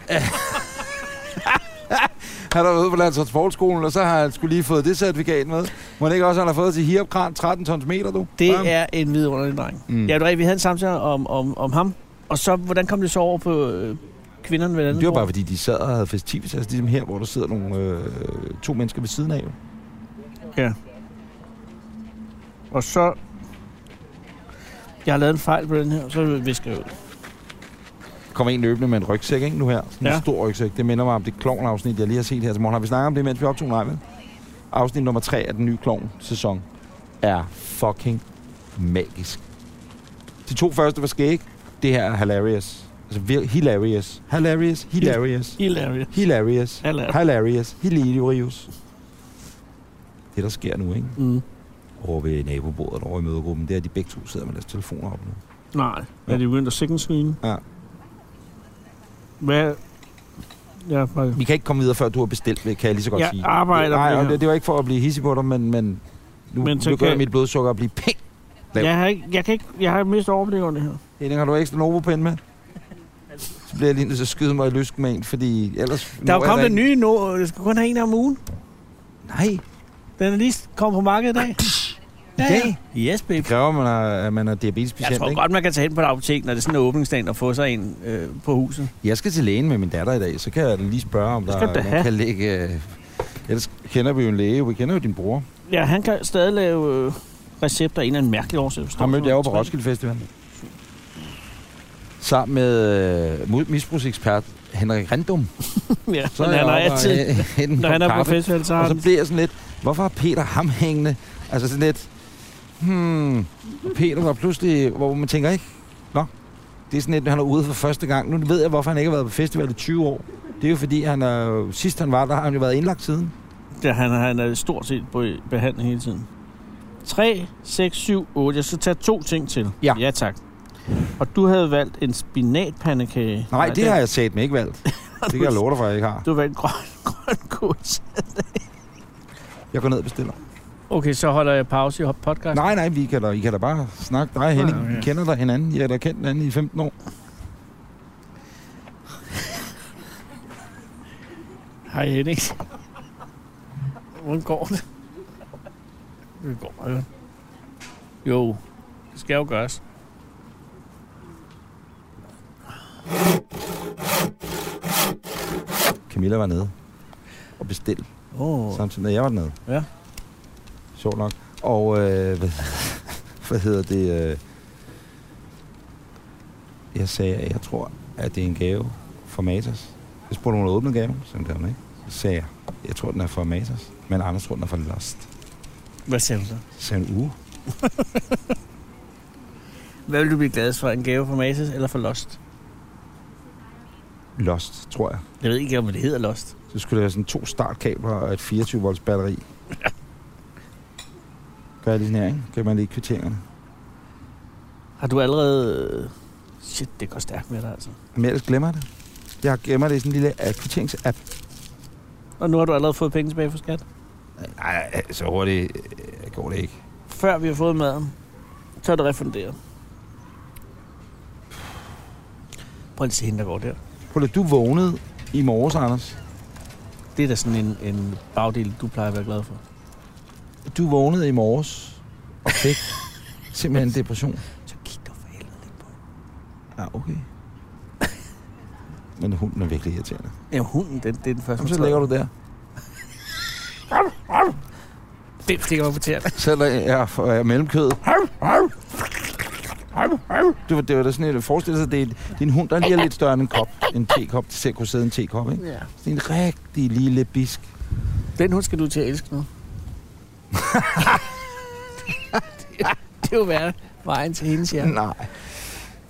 [SPEAKER 1] Han har været ude på Landstransportskolen, og så har han skulle lige fået det certifikat med. Må det ikke også, han har fået til Hiopkran 13 tons meter, du?
[SPEAKER 2] Det er en vidunderlig dreng.
[SPEAKER 1] Mm.
[SPEAKER 2] Ja, du ved, vi havde en samtale om, om, om ham. Og så, hvordan kom det så over på øh, kvinderne ved andet
[SPEAKER 1] Det var bare,
[SPEAKER 2] bord?
[SPEAKER 1] fordi de sad og havde festivitas, altså ligesom her, hvor der sidder nogle, øh, to mennesker ved siden af.
[SPEAKER 2] Og så... Jeg har lavet en fejl på den her, så visker jeg ud.
[SPEAKER 1] Kommer en løbende med en rygsæk, ikke, nu her? Sådan en
[SPEAKER 2] Ja.
[SPEAKER 1] stor rygsæk. Det minder mig om det klovn-afsnit, jeg lige har set her til morgen. Har vi snakket om det, mens vi optog? Nej, vel? Afsnit nummer 3 af den nye klovn-sæson er fucking magisk. De to første var skæg. Det her er hilarious. Altså vir- hilarious. Hilarious. Hilarious.
[SPEAKER 2] Hilarious.
[SPEAKER 1] Hilarious.
[SPEAKER 2] Hilarious.
[SPEAKER 1] Hilarious. Hilarious. Det, der sker nu, ikke?
[SPEAKER 2] Mm.
[SPEAKER 1] Over ved nabobordet, over i mødegruppen, det er, at de begge to sidder med deres telefoner op nu.
[SPEAKER 2] Nej,
[SPEAKER 1] Ja.
[SPEAKER 2] er det begyndt at second screen?
[SPEAKER 1] Ja.
[SPEAKER 2] Hvad? Ja, bare...
[SPEAKER 1] Vi kan ikke komme videre, før du har bestilt, det kan jeg lige så godt
[SPEAKER 2] Jeg
[SPEAKER 1] sige.
[SPEAKER 2] arbejder
[SPEAKER 1] Nej,
[SPEAKER 2] med
[SPEAKER 1] og
[SPEAKER 2] det
[SPEAKER 1] det, det var ikke for at blive hissig på dig, men, men nu,
[SPEAKER 2] Men
[SPEAKER 1] men
[SPEAKER 2] så
[SPEAKER 1] nu gør
[SPEAKER 2] kan-
[SPEAKER 1] mit blodsukker at blive pæk. Lav.
[SPEAKER 2] Jeg har, ikke, jeg, kan ikke, jeg har mistet overblik over det her.
[SPEAKER 1] Henning, har du ekstra Novopen med? Så bliver jeg lige nødt til at skyde mig i lysken med en, fordi ellers...
[SPEAKER 2] Der er jo
[SPEAKER 1] når jeg
[SPEAKER 2] kommet en
[SPEAKER 1] ikke-
[SPEAKER 2] ny nu. Jeg skal kun have en om ugen.
[SPEAKER 1] Nej,
[SPEAKER 2] Den er lige kommet på markedet i dag.
[SPEAKER 1] i dag.
[SPEAKER 2] Yes, baby.
[SPEAKER 1] Det kræver, at man er, at man er
[SPEAKER 2] Jeg
[SPEAKER 1] diabetespatient,
[SPEAKER 2] tror
[SPEAKER 1] ikke?
[SPEAKER 2] godt, man kan tage hen på et apotek, når det er sådan en åbningsdag, og få sig en øh, på huset.
[SPEAKER 1] Jeg skal til lægen med min datter i dag, så kan jeg lige spørge, om
[SPEAKER 2] skal
[SPEAKER 1] der,
[SPEAKER 2] du
[SPEAKER 1] man
[SPEAKER 2] da have.
[SPEAKER 1] kan lægge... øh, Ellers kender vi jo en læge, vi kender jo din bror.
[SPEAKER 2] Ja, han kan stadig lave øh, recepter af en eller anden mærkelig årsag.
[SPEAKER 1] Ham mødte jeg jo på Roskilde Festival. Sammen med øh, misbrugsekspert Henrik Rendum.
[SPEAKER 2] ja, så han er
[SPEAKER 1] oppe og,
[SPEAKER 2] altid,
[SPEAKER 1] øh, hente en
[SPEAKER 2] når
[SPEAKER 1] kop
[SPEAKER 2] han er på
[SPEAKER 1] kaffe.
[SPEAKER 2] festival, så har
[SPEAKER 1] Og så
[SPEAKER 2] han...
[SPEAKER 1] bliver jeg sådan lidt, hvorfor har Peter ham hængende? Altså sådan lidt, hmm, Peter var pludselig, hvor man tænker ikke, nå, det er sådan lidt, han er ude for første gang. Nu ved jeg, hvorfor han ikke har været på festival i 20 år. Det er jo fordi, han er, sidst han var der, har han jo været indlagt siden.
[SPEAKER 2] det, han, han er stort set på i behandling hele tiden. 3, 6, 7, 8. Jeg skal tage to ting til.
[SPEAKER 1] Ja.
[SPEAKER 2] ja tak. Og du havde valgt en spinatpandekage.
[SPEAKER 1] Nej, det har jeg sat mig ikke valgt. Det kan jeg love dig for, at jeg ikke har.
[SPEAKER 2] Du valgte grøn, grøn kurs.
[SPEAKER 1] Jeg går ned og bestiller.
[SPEAKER 2] Okay, så holder jeg pause i podcast.
[SPEAKER 1] Nej, nej, vi kan da, I kan da bare snakke. Nej, Henning,
[SPEAKER 2] okay.
[SPEAKER 1] vi kender da hinanden. Jeg har da kendt hinanden i 15 år.
[SPEAKER 2] Hej Henning. Hvordan går det? Det går jo. Jo, det skal jo gøres.
[SPEAKER 1] Camilla var nede og bestilte,
[SPEAKER 2] Åh, oh,
[SPEAKER 1] samtidig med at jeg var nede.
[SPEAKER 2] Ja.
[SPEAKER 1] Sjovt nok. Og øh, hvad, hvad hedder det? Øh, jeg sagde, at jeg tror, at det er en gave fra Matas. Jeg spurgte, om hun havde åbnet gaven, så det hun ikke. Så sagde jeg, jeg tror, den er fra Matas, men Anders tror, den er fra Lost.
[SPEAKER 2] hvad siger du så?
[SPEAKER 1] Så sagde hun, uh,
[SPEAKER 2] Hvad vil du blive gladest for? En gave fra Matas eller fra Lost?
[SPEAKER 1] Lost, tror jeg.
[SPEAKER 2] Jeg ved ikke, om det hedder Lost.
[SPEAKER 1] Så skulle der være sådan to startkabler og et 24 volts batteri. Gør jeg lige sådan her, ikke? Gør man lige kvitteringerne.
[SPEAKER 2] Har du allerede... Shit, det går stærkt med dig, altså.
[SPEAKER 1] Men ellers glemmer jeg det. Jeg gemmer det i sådan en lille øh, kvitterings-app.
[SPEAKER 2] Og nu har du allerede fået penge tilbage fra skat.
[SPEAKER 1] Nej, så hurtigt øh, går det ikke.
[SPEAKER 2] Før vi har fået maden, så er det refunderet. Prøv lige at se hende, der går der.
[SPEAKER 1] Prøv lige, du vågnede i morges, Anders.
[SPEAKER 2] Det er da sådan en, en bagdel, du plejer at være glad for.
[SPEAKER 1] Du vågnede i morges og fik simpelthen depression.
[SPEAKER 2] Så kig dog for helvede lidt på.
[SPEAKER 1] Ja, okay. Men hunden er virkelig irriterende.
[SPEAKER 2] Ja, hunden, den, det er den første.
[SPEAKER 1] Jamen, så ligger du der.
[SPEAKER 2] Det stikker mig på tæerne.
[SPEAKER 1] Så er der- jeg for- jeg er mellemkødet. Det var, det var da sådan et forestil sig, at det er, en- det er en hund, der lige er lidt større end en kop. En tekop. Det ser kunne sidde en tekop, ikke?
[SPEAKER 2] Ja.
[SPEAKER 1] Det er en rigtig lille bisk.
[SPEAKER 2] Den hund skal du til at elske nu. det er jo værre vejen til hendes
[SPEAKER 1] Ja.
[SPEAKER 2] hjem.
[SPEAKER 1] Nej.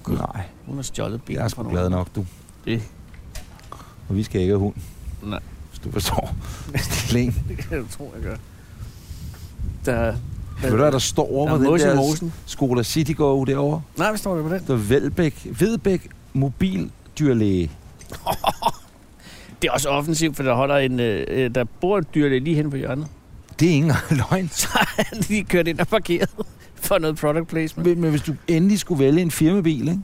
[SPEAKER 1] Nej,
[SPEAKER 2] Hun har stjålet bilen
[SPEAKER 1] jeg er
[SPEAKER 2] fra
[SPEAKER 1] sgu
[SPEAKER 2] nogen.
[SPEAKER 1] glad nok, du.
[SPEAKER 2] Det.
[SPEAKER 1] Og vi skal ikke have hund.
[SPEAKER 2] Nej.
[SPEAKER 1] Hvis du forstår. Stilling.
[SPEAKER 2] Det kan jeg tro, jeg gør. Der,
[SPEAKER 1] Ved du, hvad der står over
[SPEAKER 2] der
[SPEAKER 1] på
[SPEAKER 2] er
[SPEAKER 1] den
[SPEAKER 2] mos i
[SPEAKER 1] der
[SPEAKER 2] mosen.
[SPEAKER 1] Skola City Go derovre?
[SPEAKER 2] Nej, vi står der på den.
[SPEAKER 1] Der er Velbæk, Vedbæk mobildyrlæge.
[SPEAKER 2] Det er også offensivt, for der holder en, øh, øh, der bor en dyrlæge lige hen på hjørnet.
[SPEAKER 1] Det er ikke engang løgn.
[SPEAKER 2] Så er han lige kørt ind og parkeret for noget product placement.
[SPEAKER 1] Men, men hvis du endelig skulle vælge en firmabil, ikke?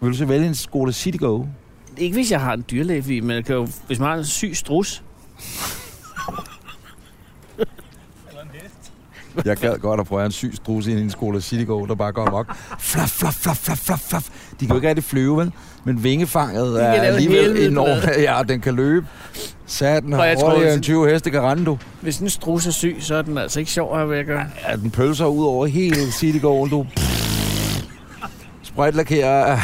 [SPEAKER 1] Vil du så vælge en Skoda Citigo?
[SPEAKER 2] Ikke hvis jeg har en dyrlæge, fordi man kan jo, hvis man har en syg strus.
[SPEAKER 5] Eller en hest.
[SPEAKER 1] Jeg gad godt at prøve en syg strus ind i en Skoda Citigo, der bare går amok. Flaf, flaf, flaf, flaf, flaf, flaf. De kan jo ikke rigtig flyve, vel? Men vingefanget er
[SPEAKER 2] lave helvede
[SPEAKER 1] alligevel enormt. Ja, den kan løbe. Satan,
[SPEAKER 2] Og jeg tror,
[SPEAKER 1] hurtigere
[SPEAKER 2] hvis-
[SPEAKER 1] end 20 heste kan rende, du.
[SPEAKER 2] Hvis en strus er syg, så er den altså ikke sjov at have ved at gøre.
[SPEAKER 1] Ja, den pølser ud over hele Citigoen, du. Sprøjtlakerer er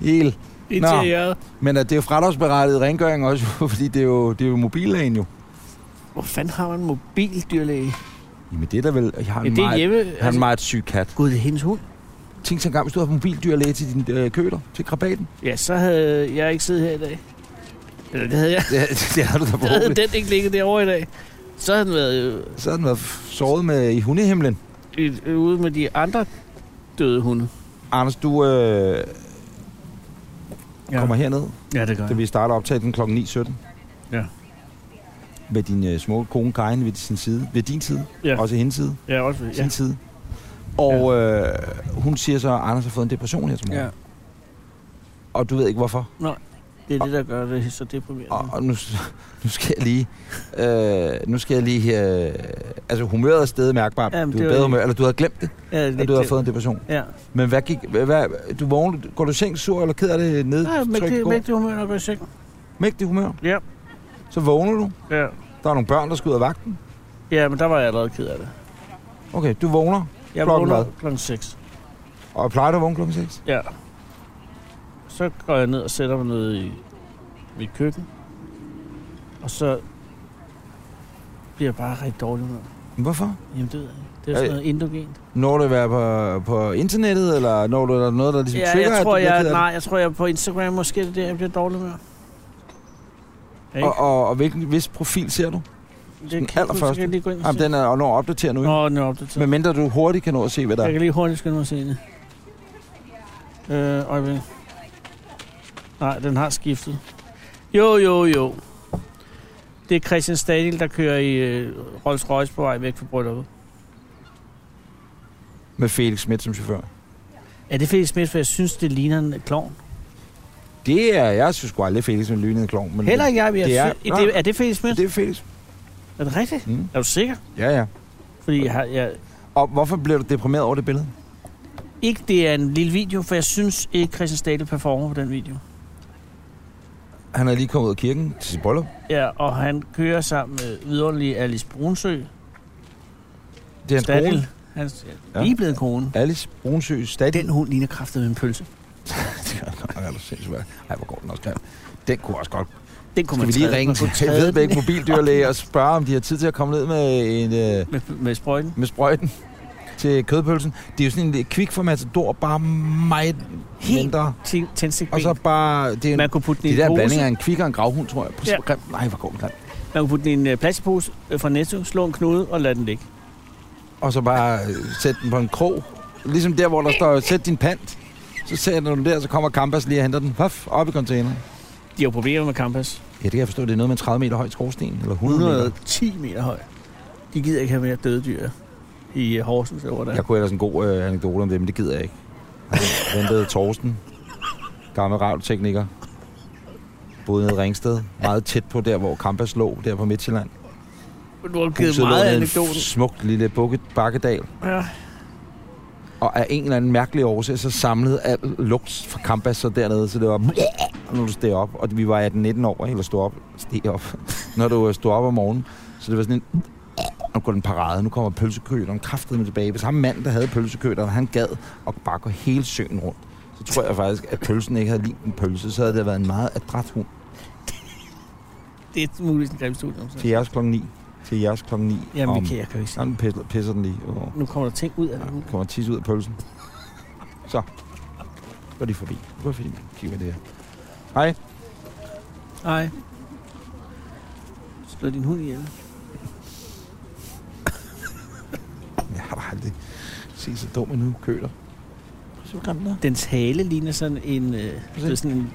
[SPEAKER 1] hele.
[SPEAKER 2] Ind
[SPEAKER 1] Nå.
[SPEAKER 2] til øret.
[SPEAKER 1] Men at det er jo fradragsberettiget rengøring også, fordi det er jo, det er jo mobillægen jo.
[SPEAKER 2] Hvor fanden har man en mobildyrlæge?
[SPEAKER 1] Jamen det er da vel... Jeg har
[SPEAKER 2] Ja,
[SPEAKER 1] en
[SPEAKER 2] det er
[SPEAKER 1] meget,
[SPEAKER 2] hjemme.
[SPEAKER 1] han er
[SPEAKER 2] Altså,
[SPEAKER 1] meget syg kat.
[SPEAKER 2] Gud, det er hendes hund.
[SPEAKER 1] Tænk så engang, hvis du havde mobildyrlæge til din øh, køler, til krabaten.
[SPEAKER 2] Ja, så havde jeg ikke siddet her i dag. Eller det havde jeg.
[SPEAKER 1] Det, det havde du da
[SPEAKER 2] Så havde
[SPEAKER 1] forhåbentlig.
[SPEAKER 2] den ikke ligget derovre i dag. Så havde den været
[SPEAKER 1] Så havde den været f- såret med i hundehimlen.
[SPEAKER 2] øh, øh, ude med de andre døde hunde.
[SPEAKER 1] Anders, du øh,
[SPEAKER 2] Ja.
[SPEAKER 1] kommer herned,
[SPEAKER 2] Ja, det gør
[SPEAKER 1] da vi starter optagelsen kl. 9.17.
[SPEAKER 2] Ja.
[SPEAKER 1] Med din øh, smukke kone Karin ved sin side. Ved din side.
[SPEAKER 2] Ja.
[SPEAKER 1] Også hendes side.
[SPEAKER 2] Ja, også.
[SPEAKER 1] Sin side. Og øh, hun siger så, at Anders har fået en depression her til morgen.
[SPEAKER 2] ja.
[SPEAKER 1] Ja. Og du ved ikke hvorfor.
[SPEAKER 2] Det er det, der gør det så deprimerende.
[SPEAKER 1] Og, og nu, nu skal jeg lige... Øh, nu skal jeg lige... Øh, altså, humøret er stedet mærkbart.
[SPEAKER 2] Jamen,
[SPEAKER 1] du
[SPEAKER 2] det
[SPEAKER 1] er
[SPEAKER 2] var
[SPEAKER 1] bedre
[SPEAKER 2] lige-
[SPEAKER 1] humør, eller du har glemt det,
[SPEAKER 2] ja, det er
[SPEAKER 1] at
[SPEAKER 2] lidt
[SPEAKER 1] du har
[SPEAKER 2] det.
[SPEAKER 1] fået en depression.
[SPEAKER 2] Ja.
[SPEAKER 1] Men hvad gik... Hvad, hvad, du vågner, går du i seng sur, eller ked af det ned?
[SPEAKER 2] Nej, mægtig,
[SPEAKER 1] mægtig.
[SPEAKER 2] mægtig humør, når jeg går i seng.
[SPEAKER 1] mægtig humør.
[SPEAKER 2] Ja.
[SPEAKER 1] Så vågner du.
[SPEAKER 2] Ja.
[SPEAKER 1] Der er nogle børn, der skal ud af vagten.
[SPEAKER 2] ja, men der var jeg allerede ked af det.
[SPEAKER 1] Okay, du vågner.
[SPEAKER 2] Jeg
[SPEAKER 1] Klokken
[SPEAKER 2] vågner
[SPEAKER 1] hvad?
[SPEAKER 2] klokken 6.
[SPEAKER 1] Og plejer du at vågne klokken 6?
[SPEAKER 2] Ja. Så går jeg ned og sætter mig ned i mit køkken. Og så bliver jeg bare rigtig dårlig humør.
[SPEAKER 1] Hvorfor?
[SPEAKER 2] Jamen, det ved jeg ikke. Det er sådan
[SPEAKER 1] Øh,
[SPEAKER 2] noget indogent.
[SPEAKER 1] Når du være på, på internettet, eller når du er noget, der ligesom
[SPEAKER 2] Ja,
[SPEAKER 1] trigger,
[SPEAKER 2] jeg tror,
[SPEAKER 1] at du bliver
[SPEAKER 2] jeg,
[SPEAKER 1] ked af det?
[SPEAKER 2] nej, jeg tror, jeg er på Instagram måske, er det er der, jeg bliver dårlig humør. Ikke?
[SPEAKER 1] Og, og, og hvilken vis profil ser du?
[SPEAKER 2] Det
[SPEAKER 1] Den
[SPEAKER 2] kan,
[SPEAKER 1] allerførste.
[SPEAKER 2] Så kan jeg lige gå ind og
[SPEAKER 1] Jamen,
[SPEAKER 2] se.
[SPEAKER 1] den er når at opdatere nu.
[SPEAKER 2] Nå, den er opdateret.
[SPEAKER 1] Men mindre du hurtigt kan nå at se, hvad der
[SPEAKER 2] Jeg
[SPEAKER 1] er.
[SPEAKER 2] kan lige hurtigt skynde mig at se det. Øh, øjeblik. Nej, den har skiftet. Jo, jo, jo. Det er Christian Stadil, der kører i øh, Rolls Royce på vej væk fra brylluppet.
[SPEAKER 1] Med Felix Schmidt som chauffør.
[SPEAKER 2] Er det Felix Schmidt, for jeg synes, det ligner en klovn?
[SPEAKER 1] Det er, jeg synes sgu aldrig, Felix er en lynende klovn. Men
[SPEAKER 2] Heller ikke jeg, men jeg
[SPEAKER 1] det er-
[SPEAKER 2] synes, er, det, er det Felix Schmidt?
[SPEAKER 1] Det er Felix.
[SPEAKER 2] Er det rigtigt?
[SPEAKER 1] Mm.
[SPEAKER 2] Er du sikker?
[SPEAKER 1] Ja, ja.
[SPEAKER 2] Fordi jeg har, jeg,
[SPEAKER 1] Og hvorfor bliver du deprimeret over det billede?
[SPEAKER 2] ikke det er en lille video, for jeg synes ikke, Christian Stadil performer på den video.
[SPEAKER 1] Han er lige kommet ud af kirken til sit bryllup.
[SPEAKER 2] Ja, og han kører sammen med vidunderlige Alice Brunsø.
[SPEAKER 1] Det er hans
[SPEAKER 2] Stadil.
[SPEAKER 1] kone.
[SPEAKER 2] Hans, ja.
[SPEAKER 1] Ja.
[SPEAKER 2] Lige blevet kone.
[SPEAKER 1] Alice Brunsø Stadil.
[SPEAKER 2] Den hund ligner kraftet med en pølse.
[SPEAKER 1] Det gør nok, er du sindssygt. Ej, hvor går den også grim. Den kunne også godt.
[SPEAKER 2] Den kunne
[SPEAKER 1] Skal vi
[SPEAKER 2] man
[SPEAKER 1] lige
[SPEAKER 2] træde-
[SPEAKER 1] ringe
[SPEAKER 2] man
[SPEAKER 1] til
[SPEAKER 2] kunne træde den
[SPEAKER 1] Vedbæk mobildyrlæge og spørge, om de har tid til at komme ned med, en, øh,
[SPEAKER 2] Med, med sprøjten.
[SPEAKER 1] med sprøjten til kødpølsen. Det er jo sådan en kvik for matador, bare meget
[SPEAKER 2] Helt
[SPEAKER 1] mindre.
[SPEAKER 2] Tæn- Tændstik
[SPEAKER 1] Og så bare... Det er en,
[SPEAKER 2] Man kunne putte den i
[SPEAKER 1] det der
[SPEAKER 2] en
[SPEAKER 1] er en
[SPEAKER 2] pose.
[SPEAKER 1] blanding af en kvik og en gravhund, tror jeg. Prøv,
[SPEAKER 2] Ja.
[SPEAKER 1] ja. grim. Nej, hvor går den grim.
[SPEAKER 2] Man kunne putte den i en øh, plastikpose øh, fra Netto, slå en knude og lade den ligge.
[SPEAKER 1] og så bare øh, sætte den på en krog. Ligesom der, hvor der står, sæt din pant. Så sætter du den der, så kommer Kampas lige og henter den. Puff, op i containeren.
[SPEAKER 2] De har jo problemer med Kampas.
[SPEAKER 1] Ja, det kan jeg forstå. Det er noget med en 30 meter høj skorsten. Eller 100 meter.
[SPEAKER 2] 110 meter høj. De gider ikke have mere døde dyr i øh, Horsens over der.
[SPEAKER 1] Jeg kunne ellers en god øh, anekdote om det, men det gider jeg ikke. Han ventede Torsten, gammel ravltekniker, boede nede i Ringsted, meget tæt på der, hvor Kampas lå, der på Midtjylland.
[SPEAKER 2] Men Du har givet
[SPEAKER 1] Huset lå
[SPEAKER 2] meget
[SPEAKER 1] nede i en
[SPEAKER 2] anekdoten.
[SPEAKER 1] smukt lille bukket, bakkedal,
[SPEAKER 2] Ja.
[SPEAKER 1] og af en eller anden mærkelig årsag, så samlede al lugt fra Kampas så dernede, så det var... Når du steg op, og vi var 18-19 år, eller stod op, steg op, når du øh, stod op om morgenen, så det var sådan en... Nu går den parade, nu kommer pølsekøderen kraftedeme tilbage. Hvis ham mand, der havde pølsekøderen, han gad og bare gå hele søen rundt, så tror jeg faktisk, at pølsen ikke havde lignet en pølse, så havde det været en meget adræt hund.
[SPEAKER 2] Det er muligvis en grim studie.
[SPEAKER 1] Til jeres klokken 9. Til jeres klokken 9.
[SPEAKER 2] Jamen, vi kan, jeg kan jo ikke sige.
[SPEAKER 1] Jamen, pisser, pisser den lige. Oh.
[SPEAKER 2] Nu kommer der ting ud af
[SPEAKER 1] Ja,
[SPEAKER 2] det.
[SPEAKER 1] der kommer tis ud af pølsen. Så. Går de forbi. Går forbi. Kig med det her. Hej.
[SPEAKER 2] Nej. Slå din hund ihjel.
[SPEAKER 1] Jeg har da aldrig set så dum endnu. Køler. Prøv at se, hvor grim den er.
[SPEAKER 2] Dens hale ligner sådan en, øh, det er sådan en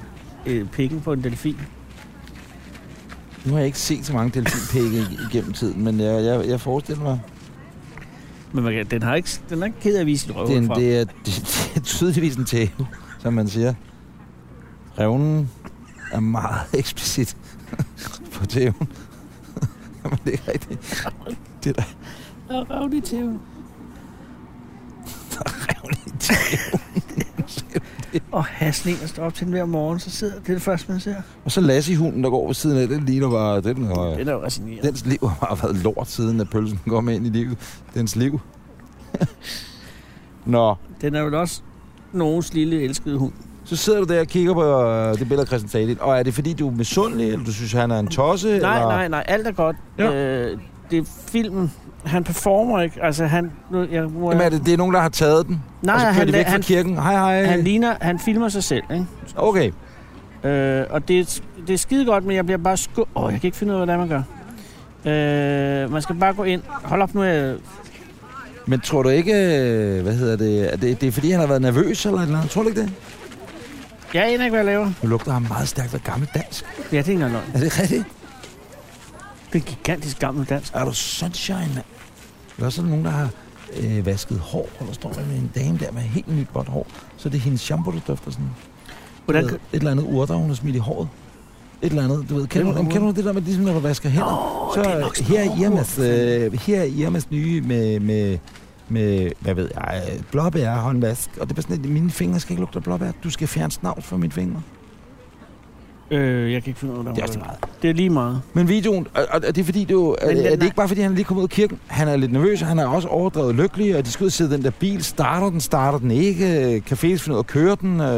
[SPEAKER 2] øh, pikken på en delfin.
[SPEAKER 1] Nu har jeg ikke set så mange delfinpikke ig- igennem tiden, men jeg, jeg, jeg forestiller mig,
[SPEAKER 2] Men man kan, den, har ikke, den er ikke ked af at vise sit
[SPEAKER 1] det er,
[SPEAKER 2] røvhul
[SPEAKER 1] en,
[SPEAKER 2] frem.
[SPEAKER 1] det, er, det, det er tydeligvis en tæve, som man siger. Revnen er meget eksplicit på tæven. Jamen, det er rigtigt.
[SPEAKER 2] Og røv det til. Og haslinger står op til den hver morgen, så sidder det er det første, man ser.
[SPEAKER 1] Og så Lasse i hunden, der går ved siden af det, ligner bare, den har,
[SPEAKER 2] Den er jo resigneret.
[SPEAKER 1] Dens liv har bare været lort siden, at pølsen kom ind i livet. Dens liv. Nå,
[SPEAKER 2] Den er jo også nogens lille elskede hund.
[SPEAKER 1] så sidder du der og kigger på øh, det billede af Christian Stadil. Og er det fordi, du er misundelig, eller du synes, han er en tosse?
[SPEAKER 2] Nej,
[SPEAKER 1] eller?
[SPEAKER 2] nej, nej, alt er godt.
[SPEAKER 1] Ja.
[SPEAKER 2] Øh, det er filmen. Han performer ikke. Altså, han... Nu, jeg, må,
[SPEAKER 1] Jamen, er det, det altså, er nogen, der har taget den,
[SPEAKER 2] nej,
[SPEAKER 1] og så kører
[SPEAKER 2] han,
[SPEAKER 1] de væk fra
[SPEAKER 2] han,
[SPEAKER 1] kirken. Hej, hej.
[SPEAKER 2] han, ligner, han filmer sig selv, ikke?
[SPEAKER 1] Okay,
[SPEAKER 2] Øh, og det, er- det er skide godt, men jeg bliver bare sku... Åh, jeg kan ikke finde ud af, hvordan man gør. Øh, man skal bare gå ind. Hold op nu, jeg...
[SPEAKER 1] men tror du ikke, øh, hvad hedder det, er det, det er fordi, han har været nervøs eller et eller andet? Tror du ikke det?
[SPEAKER 2] Jeg aner ikke, hvad jeg laver.
[SPEAKER 1] Nu lugter han meget stærkt af gammel dansk.
[SPEAKER 2] Ja, det er ikke engang løgn.
[SPEAKER 1] Er det rigtigt?
[SPEAKER 2] Det er gigantisk gammel dansk.
[SPEAKER 1] Er du sunshine, mand? Eller også er der nogen, der har øh, vasket hår, og der står der med en dame der med helt nyt godt hår. Så det er hendes shampoo, der dufter sådan.
[SPEAKER 2] Hvordan
[SPEAKER 1] du ved,
[SPEAKER 2] kan...
[SPEAKER 1] et eller andet urter, hun har smidt i håret. Et eller andet, du ved. Kender,
[SPEAKER 2] Hvem er
[SPEAKER 1] du, kender du det der med, ligesom når du vasker hænder? så
[SPEAKER 2] det er nok sådan
[SPEAKER 1] her er
[SPEAKER 2] noget
[SPEAKER 1] Irmas,
[SPEAKER 2] urt,
[SPEAKER 1] øh, her er Irmas nye med, med, med, hvad ved jeg, øh, blåbær håndvask. Og det er bare sådan, at mine fingre skal ikke lugte af blåbær. Du skal fjerne snavs fra mine fingre.
[SPEAKER 2] Øh, jeg kan ikke finde ud af, hvordan
[SPEAKER 1] Det er også
[SPEAKER 2] man
[SPEAKER 1] lige
[SPEAKER 2] gør
[SPEAKER 1] meget.
[SPEAKER 2] det er lige meget.
[SPEAKER 1] Men videoen, og, og, og det er fordi, det er, jo, er,
[SPEAKER 2] den
[SPEAKER 1] er det
[SPEAKER 2] er-
[SPEAKER 1] ikke bare fordi, han er lige kommet ud af kirken? Han er lidt nervøs, og han er også overdrevet lykkelig, og de skal ud og sidde i den der bil. Starter den, starter den ikke? øh, Kan Felix finde ud af at køre den? Øh,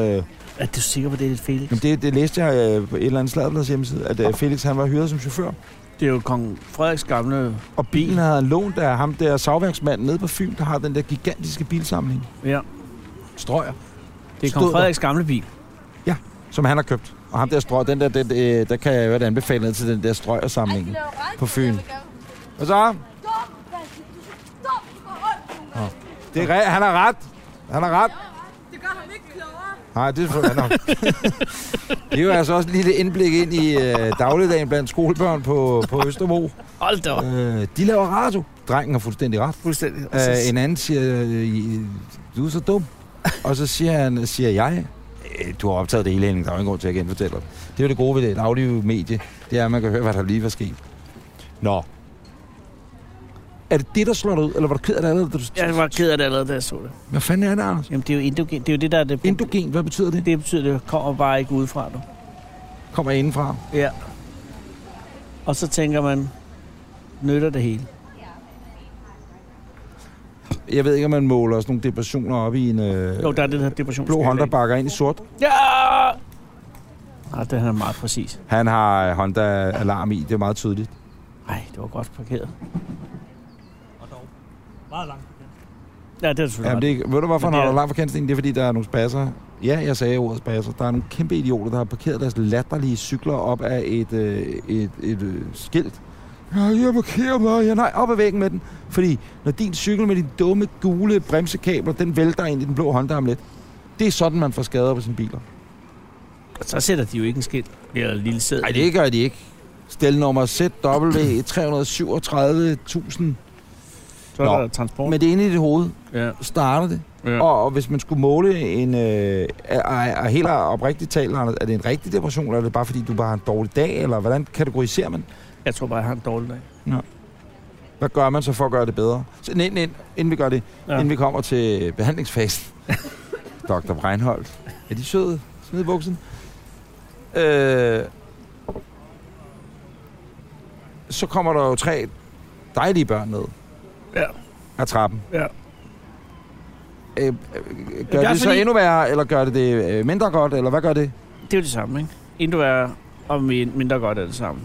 [SPEAKER 1] jamen
[SPEAKER 2] Er du sikker på, at det er lidt Felix?
[SPEAKER 1] det, det læste jeg øh, på et eller andet sladblads hjemmeside, at øh, Felix han var hyret som chauffør.
[SPEAKER 2] Det er jo kong Frederiks gamle...
[SPEAKER 1] Og bilen havde han lånt af ham der savværksmanden nede på Fyn, der har den der gigantiske bilsamling.
[SPEAKER 2] Ja,
[SPEAKER 1] Strøjer.
[SPEAKER 2] det er
[SPEAKER 1] Stod
[SPEAKER 2] kong
[SPEAKER 1] der.
[SPEAKER 2] Frederiks gamle bil.
[SPEAKER 1] Som han har købt. Og ham der strøjer, den der, den, øh, der kan jeg jo anbefale ned til den der strøjersamling på Fyn. Hvad så? Det er re- han har ret. Han har ret.
[SPEAKER 6] Det gør ham ikke klogere.
[SPEAKER 1] Nej, det er selvfølgelig nok. det er jo altså også et lille indblik ind i øh, dagligdagen blandt skolebørn på, på Østerbro.
[SPEAKER 2] Hold da op.
[SPEAKER 1] Øh, de laver radio. Drengen har fuldstændig ret.
[SPEAKER 2] Fuldstændig. Og så-
[SPEAKER 1] Øh, en anden siger, øh, I- du er så dum. Og så siger, han, siger jeg, "Øh, du har optaget det hele, Henning. Der er jo ingen grund til, at jeg genfortæller det. Det er jo det gode ved det daglige medie. Det er, at man kan høre, hvad der lige var sket. Nå. Er det det, der slår dig ud? Eller var du ked af det allerede? da du-
[SPEAKER 2] Jeg var ked af det allerede, da jeg så det.
[SPEAKER 1] Hvad fanden er det, Anders?
[SPEAKER 2] Jamen, det er jo indogen. Det er jo det, der er det.
[SPEAKER 1] Endogen, hvad betyder det?
[SPEAKER 2] Det betyder, det kommer bare ikke udefra nu.
[SPEAKER 1] Kommer indenfra.
[SPEAKER 2] Ja. Og så tænker man, nytter det hele.
[SPEAKER 1] Jeg ved ikke, om man måler sådan nogle depressioner op i en øh,
[SPEAKER 2] Jo, der er det her depression.
[SPEAKER 1] blå Honda bakker ind i sort.
[SPEAKER 2] Ja! Nej, den er meget præcis.
[SPEAKER 1] Han har øh, Honda Alarm i, det er meget tydeligt.
[SPEAKER 2] Nej, det var godt parkeret.
[SPEAKER 5] Og dog. Meget langt. igen.
[SPEAKER 2] Ja, det er selvfølgelig
[SPEAKER 1] Jamen,
[SPEAKER 2] Jamen,
[SPEAKER 1] det er, ikke- ved du, hvorfor
[SPEAKER 2] Men
[SPEAKER 1] han
[SPEAKER 2] det
[SPEAKER 1] holder
[SPEAKER 2] er-
[SPEAKER 1] langt fra kantstenen? Det er, fordi der er nogle spasser. Ja, jeg sagde ordet spasser. Der er nogle kæmpe idioter, der har parkeret deres latterlige cykler op af et, øh, et, et øh, skilt. Ja, jeg parkerer mig. Ja, nej, op ad væggen med den. Fordi når din cykel med de dumme gule bremsekabler, den vælter ind i den blå Honda om lidt. Det er sådan, man får skader på sine biler.
[SPEAKER 2] det... Så sætter de jo ikke en skilt eller en lille sæd.
[SPEAKER 1] Nej, det gør de ikke. Stelnummer ZW 337.000.
[SPEAKER 2] Så er
[SPEAKER 1] Nå.
[SPEAKER 2] der transport. Men...
[SPEAKER 1] Men det er inde i dit hoved,
[SPEAKER 2] Ja,
[SPEAKER 1] starter det.
[SPEAKER 2] ja.
[SPEAKER 1] Og, og hvis man skulle måle en... Øh, er, er, er helt oprigtigt talt, Anders, er det en rigtig depression, eller er det bare fordi, du bare har en dårlig dag, eller hvordan kategoriserer man?
[SPEAKER 2] Jeg tror bare, jeg har en dårlig dag.
[SPEAKER 1] Hvad gør man så for at gøre det bedre? Så, nej, nej, inden vi gør det, ja.
[SPEAKER 2] Ja.
[SPEAKER 1] inden vi kommer til behandlingsfasen. Dr. Breinholt. Er de søde? Smid i buksen. Øh, så kommer der jo tre dejlige børn ned
[SPEAKER 2] Ja.
[SPEAKER 1] af trappen.
[SPEAKER 2] Ja.
[SPEAKER 1] Øh, øh, gør
[SPEAKER 2] er
[SPEAKER 1] det, det så
[SPEAKER 2] fordi-
[SPEAKER 1] endnu værre, eller gør det det øh, mindre godt, eller hvad gør det?
[SPEAKER 2] Det er jo det samme, ikke? Endnu værre og min- mindre godt er det samme.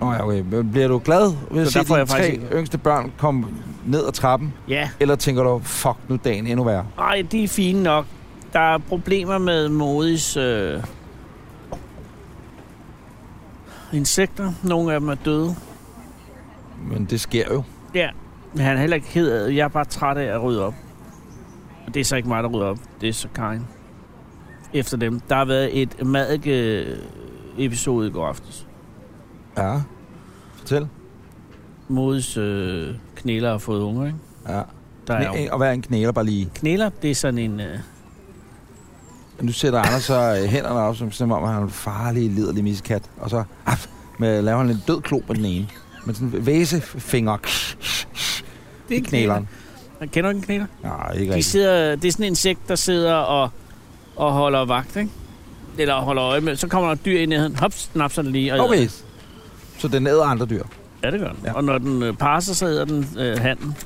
[SPEAKER 1] Nå ja, okay. Men Bliver du glad ved at
[SPEAKER 2] Så
[SPEAKER 1] se
[SPEAKER 2] der får
[SPEAKER 1] dine
[SPEAKER 2] jeg
[SPEAKER 1] tre
[SPEAKER 2] faktisk ikke-
[SPEAKER 1] yngste børn komme ned ad trappen?
[SPEAKER 2] Ja.
[SPEAKER 1] Eller tænker du, fuck nu er dagen endnu værre?
[SPEAKER 2] Nej, de er fine nok. Der er problemer med modis øh, insekter. Nogle af dem er døde.
[SPEAKER 1] Men det sker jo.
[SPEAKER 2] Men han er heller ikke ked af det. Jeg er bare træt af at rydde op. Og det er så ikke mig, der rydder op. Det er så Karin. Efter dem. Der har været et madike episode i går aftes.
[SPEAKER 1] Ja. Fortæl.
[SPEAKER 2] Modis øh, knæler har fået unger, ikke?
[SPEAKER 1] Ja.
[SPEAKER 2] Der er jo
[SPEAKER 1] Knæ- og hvad er en knæler bare lige?
[SPEAKER 2] knæler. Det er sådan en... Øh,
[SPEAKER 1] Nu sætter Anders så øh, hænderne op, som, som om han er en farlig, liderlig miskat. Og så ah, med, laver han en død klo på den ene. Med sådan en væsefinger.
[SPEAKER 2] det er
[SPEAKER 1] Knæleren.
[SPEAKER 2] Kender du ikke en knæler?
[SPEAKER 1] Nej, ikke
[SPEAKER 2] De
[SPEAKER 1] rigtigt.
[SPEAKER 2] sidder, det er sådan en insekt, der sidder og, og holder vagt, ikke? Eller holder øje med. Så kommer der et dyr ind i den. Hops, snapser den lige. Og
[SPEAKER 1] Okay. Så den æder andre dyr.
[SPEAKER 2] Ja, det gør den.
[SPEAKER 1] Ja.
[SPEAKER 2] Ja. Og når den øh, parer sig, så æder den øh, handen.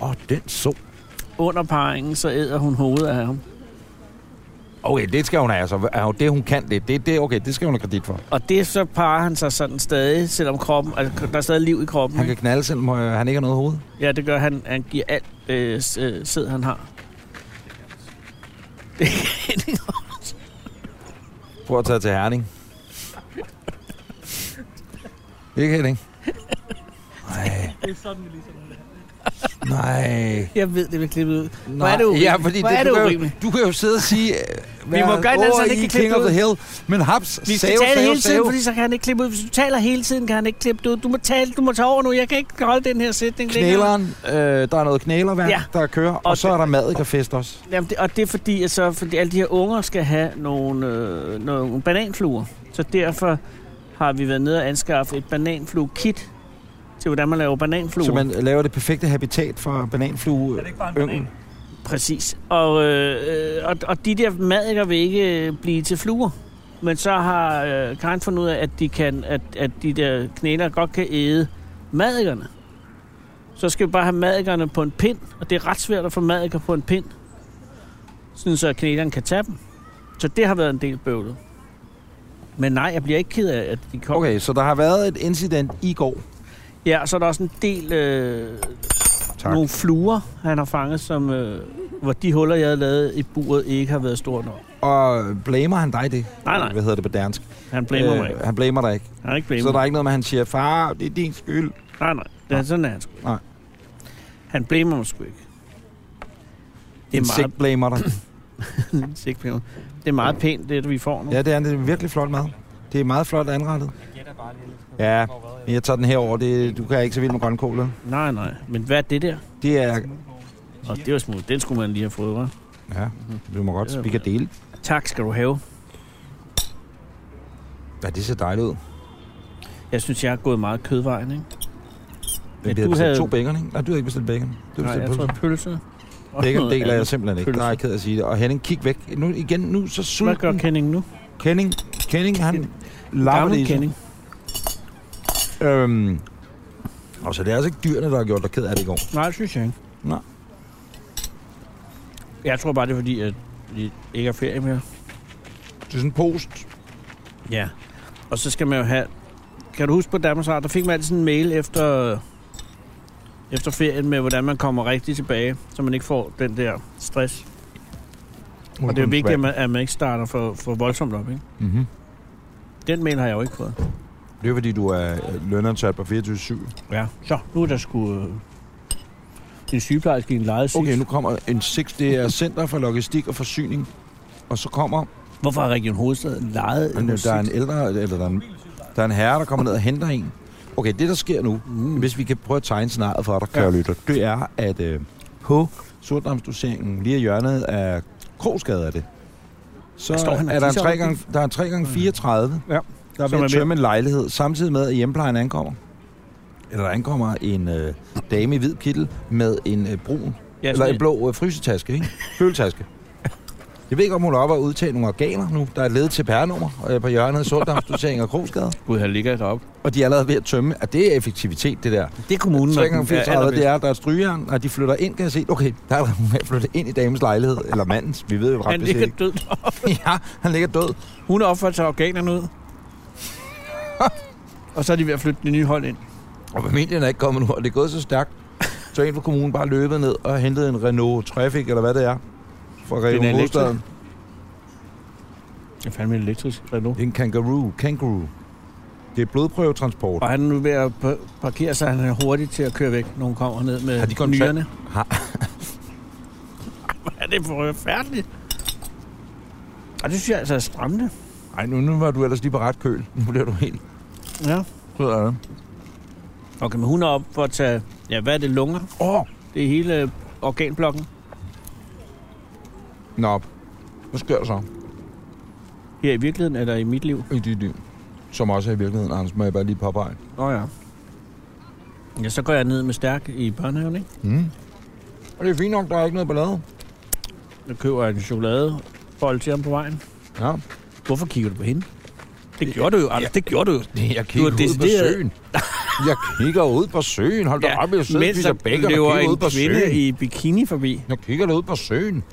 [SPEAKER 1] Åh, oh, den så.
[SPEAKER 2] Under parringen, så æder hun hovedet af ham.
[SPEAKER 1] Okay, det skal hun have. Altså. Er jo Det hun kan, det, det, det, okay, det skal hun have kredit for.
[SPEAKER 2] Og det så parer han sig sådan stadig, selvom kroppen, altså, der er stadig liv i kroppen.
[SPEAKER 1] Han
[SPEAKER 2] Okay.
[SPEAKER 1] kan knalde, selvom øh, han ikke har noget hoved.
[SPEAKER 2] Ja, det gør han. Han giver alt øh, s- øh, sæd, han har.
[SPEAKER 1] Prøv at tage til Herning. Ikke Henning? Nej,
[SPEAKER 5] Det er sådan, vi ligesom er det.
[SPEAKER 1] nej.
[SPEAKER 2] Jeg ved, det vil klippe ud.
[SPEAKER 1] Hvor
[SPEAKER 2] er det urimeligt.
[SPEAKER 1] Ja, fordi
[SPEAKER 2] Hvor
[SPEAKER 1] det,
[SPEAKER 2] er
[SPEAKER 1] du,
[SPEAKER 2] det
[SPEAKER 1] kan jo,
[SPEAKER 2] urimeligt.
[SPEAKER 1] du kan jo sidde og sige... øh, hvad
[SPEAKER 2] må gøre et eller andet, så han
[SPEAKER 1] over
[SPEAKER 2] ikke
[SPEAKER 1] i
[SPEAKER 2] kan klippe
[SPEAKER 1] King of
[SPEAKER 2] det
[SPEAKER 1] the Hill. Men haps,
[SPEAKER 2] Vi skal
[SPEAKER 1] save,
[SPEAKER 2] tale
[SPEAKER 1] save,
[SPEAKER 2] hele tiden,
[SPEAKER 1] save.
[SPEAKER 2] fordi så kan han ikke klippe ud. Hvis du taler hele tiden, kan han ikke klippe det ud. Du må tale, du må tage over nu. Jeg kan ikke holde den her sætning længere.
[SPEAKER 1] Knæleren, øh, der er noget knælerværk, ja.
[SPEAKER 2] Ja.
[SPEAKER 1] der kører, og, og
[SPEAKER 2] Og
[SPEAKER 1] så
[SPEAKER 2] det-
[SPEAKER 1] er der madikkerfest også.
[SPEAKER 2] Jamen, det, og det er fordi, at så, fordi alle de her unger skal have nogle, øh, nogle bananfluer. Så derfor har vi været nede og anskaffe et bananflue-kit til, hvordan man laver bananfluer.
[SPEAKER 1] Så man laver det perfekte habitat for
[SPEAKER 5] Er
[SPEAKER 1] bananflue.
[SPEAKER 5] det ikke bare en
[SPEAKER 1] Yngel.
[SPEAKER 5] banan?
[SPEAKER 2] Præcis. Og, øh, øh, og, og de der madikker vil ikke øh, blive til fluer. Men så har øh, Karen fundet ud af, at de, kan, at, at de der knæler godt kan æde madikkerne. Så skal vi bare have madikkerne på en pind, og det er ret svært at få madikker på en pind. Sådan så knæleren kan tage dem. Så det har været en del bøvlet. Men nej, jeg bliver ikke ked af, at de kommer.
[SPEAKER 1] Okay, så der har været et incident i går.
[SPEAKER 2] Ja, og så er der også en del øh,
[SPEAKER 1] Tak.
[SPEAKER 2] nogle fluer, han har fanget, som, øh, hvor de huller, jeg havde lavet i buret, ikke har været store nok.
[SPEAKER 1] Og blamer han dig det?
[SPEAKER 2] Nej, nej.
[SPEAKER 1] Hvad hedder det på dansk?
[SPEAKER 2] Han blamer øh, mig ikke.
[SPEAKER 1] Han blamer dig ikke.
[SPEAKER 2] Han er ikke
[SPEAKER 1] Så der er
[SPEAKER 2] blamer mig.
[SPEAKER 1] ikke noget med, at han siger, far, det er din skyld.
[SPEAKER 2] Nej, nej. Det Ja, sådan er han sgu ikke.
[SPEAKER 1] Nej.
[SPEAKER 2] Han blamer mig sgu ikke. Det
[SPEAKER 1] En
[SPEAKER 2] er
[SPEAKER 1] sæk blamer dig.
[SPEAKER 2] meget, sick blamer. det er meget pænt, det vi får nu.
[SPEAKER 1] Ja, det er, en- det er en virkelig flot mad. Det er meget flot anrettet.
[SPEAKER 5] Jeg gætter bare lidt.
[SPEAKER 1] Ja,
[SPEAKER 5] Hvor hvad,
[SPEAKER 1] men jeg tager den herover. Det, du kan ikke så vild med grønkål. vel?
[SPEAKER 2] Nej, nej. Men hvad er det der?
[SPEAKER 1] Det er...
[SPEAKER 2] Og det var smut. Den skulle man lige have fået, hva'?
[SPEAKER 1] Ja, du må godt spikke og dele.
[SPEAKER 2] Tak skal du have.
[SPEAKER 1] Ja, det ser dejligt ud.
[SPEAKER 2] Jeg synes, jeg har gået meget kødvejen, ikke?
[SPEAKER 1] Men
[SPEAKER 2] Men
[SPEAKER 1] vi
[SPEAKER 2] du
[SPEAKER 1] havde bestilt
[SPEAKER 2] havde-
[SPEAKER 1] to bacon, ikke? Nej, du havde ikke bestilt bacon. Du
[SPEAKER 2] Nej,
[SPEAKER 1] bestilte
[SPEAKER 2] jeg tror,
[SPEAKER 1] pølser.
[SPEAKER 2] pølse. Og
[SPEAKER 1] Bacon
[SPEAKER 2] noget
[SPEAKER 1] deler jeg
[SPEAKER 2] andet.
[SPEAKER 1] simpelthen ikke.
[SPEAKER 2] Pølser.
[SPEAKER 1] Nej, jeg er ked af at sige det. Og Henning, kig væk. Nu, igen, nu så
[SPEAKER 2] Hvad gør
[SPEAKER 1] sulten.
[SPEAKER 2] Kenning nu?
[SPEAKER 1] Kenning, Kenning, han lapper det
[SPEAKER 2] Gammel
[SPEAKER 1] i sig.
[SPEAKER 2] Kenning.
[SPEAKER 1] Øhm, og så det er altså ikke dyrene, der har gjort dig ked af det i går.
[SPEAKER 2] Nej, det synes jeg ikke.
[SPEAKER 1] Nej.
[SPEAKER 2] Jeg tror bare, det er fordi, at vi ikke har ferie mere.
[SPEAKER 1] Det er sådan en post.
[SPEAKER 2] Ja. Og så skal man jo have... Kan du huske på Danmarks Radio, der fik man altid sådan en mail efter, efter ferien med, hvordan man kommer rigtig tilbage, så man ikke får den der stress. Og det er jo vigtigt, at man, at man ikke starter for, for voldsomt op, ikke?
[SPEAKER 1] Mm-hmm.
[SPEAKER 2] Den mail har jeg jo ikke fået.
[SPEAKER 1] Det er fordi, du er lønansat på 24-7.
[SPEAKER 2] Ja. Så, nu er der sgu... Øh, en sygeplejerske i en lejet cykel.
[SPEAKER 1] Okay, nu kommer en 6. Det er Center for Logistik og Forsyning. Og så kommer...
[SPEAKER 2] Hvorfor har Region Hovedstaden lejet en
[SPEAKER 1] Der er en
[SPEAKER 2] musik?
[SPEAKER 1] ældre... Eller der er en, der er en herre, der kommer ned og henter en. Okay, det der sker nu,
[SPEAKER 2] Mm.
[SPEAKER 1] hvis vi kan prøve at tegne scenariet for dig, kære ja. lytter, det er, at øh, på Sortdamsdoseringen, lige i hjørnet af Krogsgade er det, så
[SPEAKER 2] Der står han og
[SPEAKER 1] er der en
[SPEAKER 2] tisser
[SPEAKER 1] 3
[SPEAKER 2] op,
[SPEAKER 1] gange, der er en 3 gange 34
[SPEAKER 2] Ja.
[SPEAKER 1] der er
[SPEAKER 2] Som
[SPEAKER 1] ved
[SPEAKER 2] er
[SPEAKER 1] at tømme en lejlighed, samtidig med, at hjemplejen ankommer. Eller der ankommer en øh, dame i hvid kittel med en øh, brun,
[SPEAKER 2] Ja,
[SPEAKER 1] eller
[SPEAKER 2] sådan
[SPEAKER 1] en blå øh, frysetaske, ikke? Føletaske. Jeg ved ikke, om hun er oppe og udtage nogle organer nu. Der er et ledet til pærnummer øh, på hjørnet af Sortdamsdoseringen og Krogsgade.
[SPEAKER 2] Gud, han ligger deroppe.
[SPEAKER 1] Og de er allerede ved at tømme. At det er effektivitet, det der.
[SPEAKER 2] Det er kommunen,
[SPEAKER 1] 3 gange
[SPEAKER 2] den er
[SPEAKER 1] 34, det
[SPEAKER 2] allerbedst.
[SPEAKER 1] er, at der er strygejern, og de flytter ind, kan jeg se. Okay, der er hun er flyttet ind i damens lejlighed, eller mandens, vi ved jo ret
[SPEAKER 2] Han
[SPEAKER 1] beset
[SPEAKER 2] ligger
[SPEAKER 1] ikke.
[SPEAKER 2] død.
[SPEAKER 1] Ja, han ligger død.
[SPEAKER 2] Hun har opført sig organerne ud. og så er de ved at flytte det nye hold ind.
[SPEAKER 1] Og familien er ikke kommet nu, og det er gået så stærkt. Så en fra kommunen bare løbet ned og hentet en Renault Traffic, eller hvad det er, fra Region
[SPEAKER 2] elektrisk.
[SPEAKER 1] Hovedstaden.
[SPEAKER 2] Det er fandme elektrisk Renault.
[SPEAKER 1] Det er en kangaroo, kangaroo. Det er blodprøvetransport.
[SPEAKER 2] Og han er nu ved at pa- parkere sig, han er hurtigt til at køre væk, når hun kommer ned med
[SPEAKER 1] Har de kontakt-
[SPEAKER 2] nyrerne.
[SPEAKER 1] Har-
[SPEAKER 2] Hvad er det for færdigt? Og det synes jeg altså er skræmmende.
[SPEAKER 1] Nej, nu, nu var du ellers lige på ret køl. Nu bliver du helt
[SPEAKER 2] Ja.
[SPEAKER 1] rød af det.
[SPEAKER 2] Okay, men hun er op for at tage... Ja, hvad er det? Lunger?
[SPEAKER 1] Åh!
[SPEAKER 2] Det er hele øh, organblokken
[SPEAKER 1] Nå, hvad sker der så
[SPEAKER 2] her i virkeligheden, eller i mit liv.
[SPEAKER 1] i dit liv? Som også er i virkeligheden, Anders, må jeg bare lige påpege.
[SPEAKER 2] Nå ja. Ja, så går jeg ned med stærk i børnehaven, ikke?
[SPEAKER 1] Mm. Og det er fint nok, der er ikke noget ballade.
[SPEAKER 2] Jeg køber en chokoladebold til ham på vejen.
[SPEAKER 1] Ja.
[SPEAKER 2] Hvorfor kigger du på hende? Det gjorde du jo, Anders. Det gjorde du jo.
[SPEAKER 1] Jeg kigger ud på
[SPEAKER 2] decideret-
[SPEAKER 1] søen. Jeg kigger ud på søen. Hold da op, jeg sidder og
[SPEAKER 2] mens
[SPEAKER 1] spiser
[SPEAKER 2] der
[SPEAKER 1] bacon og
[SPEAKER 2] løber
[SPEAKER 1] kigger ud
[SPEAKER 2] en
[SPEAKER 1] på søen.
[SPEAKER 2] kvinde i bikini forbi.
[SPEAKER 1] Jeg kigger ud på søen.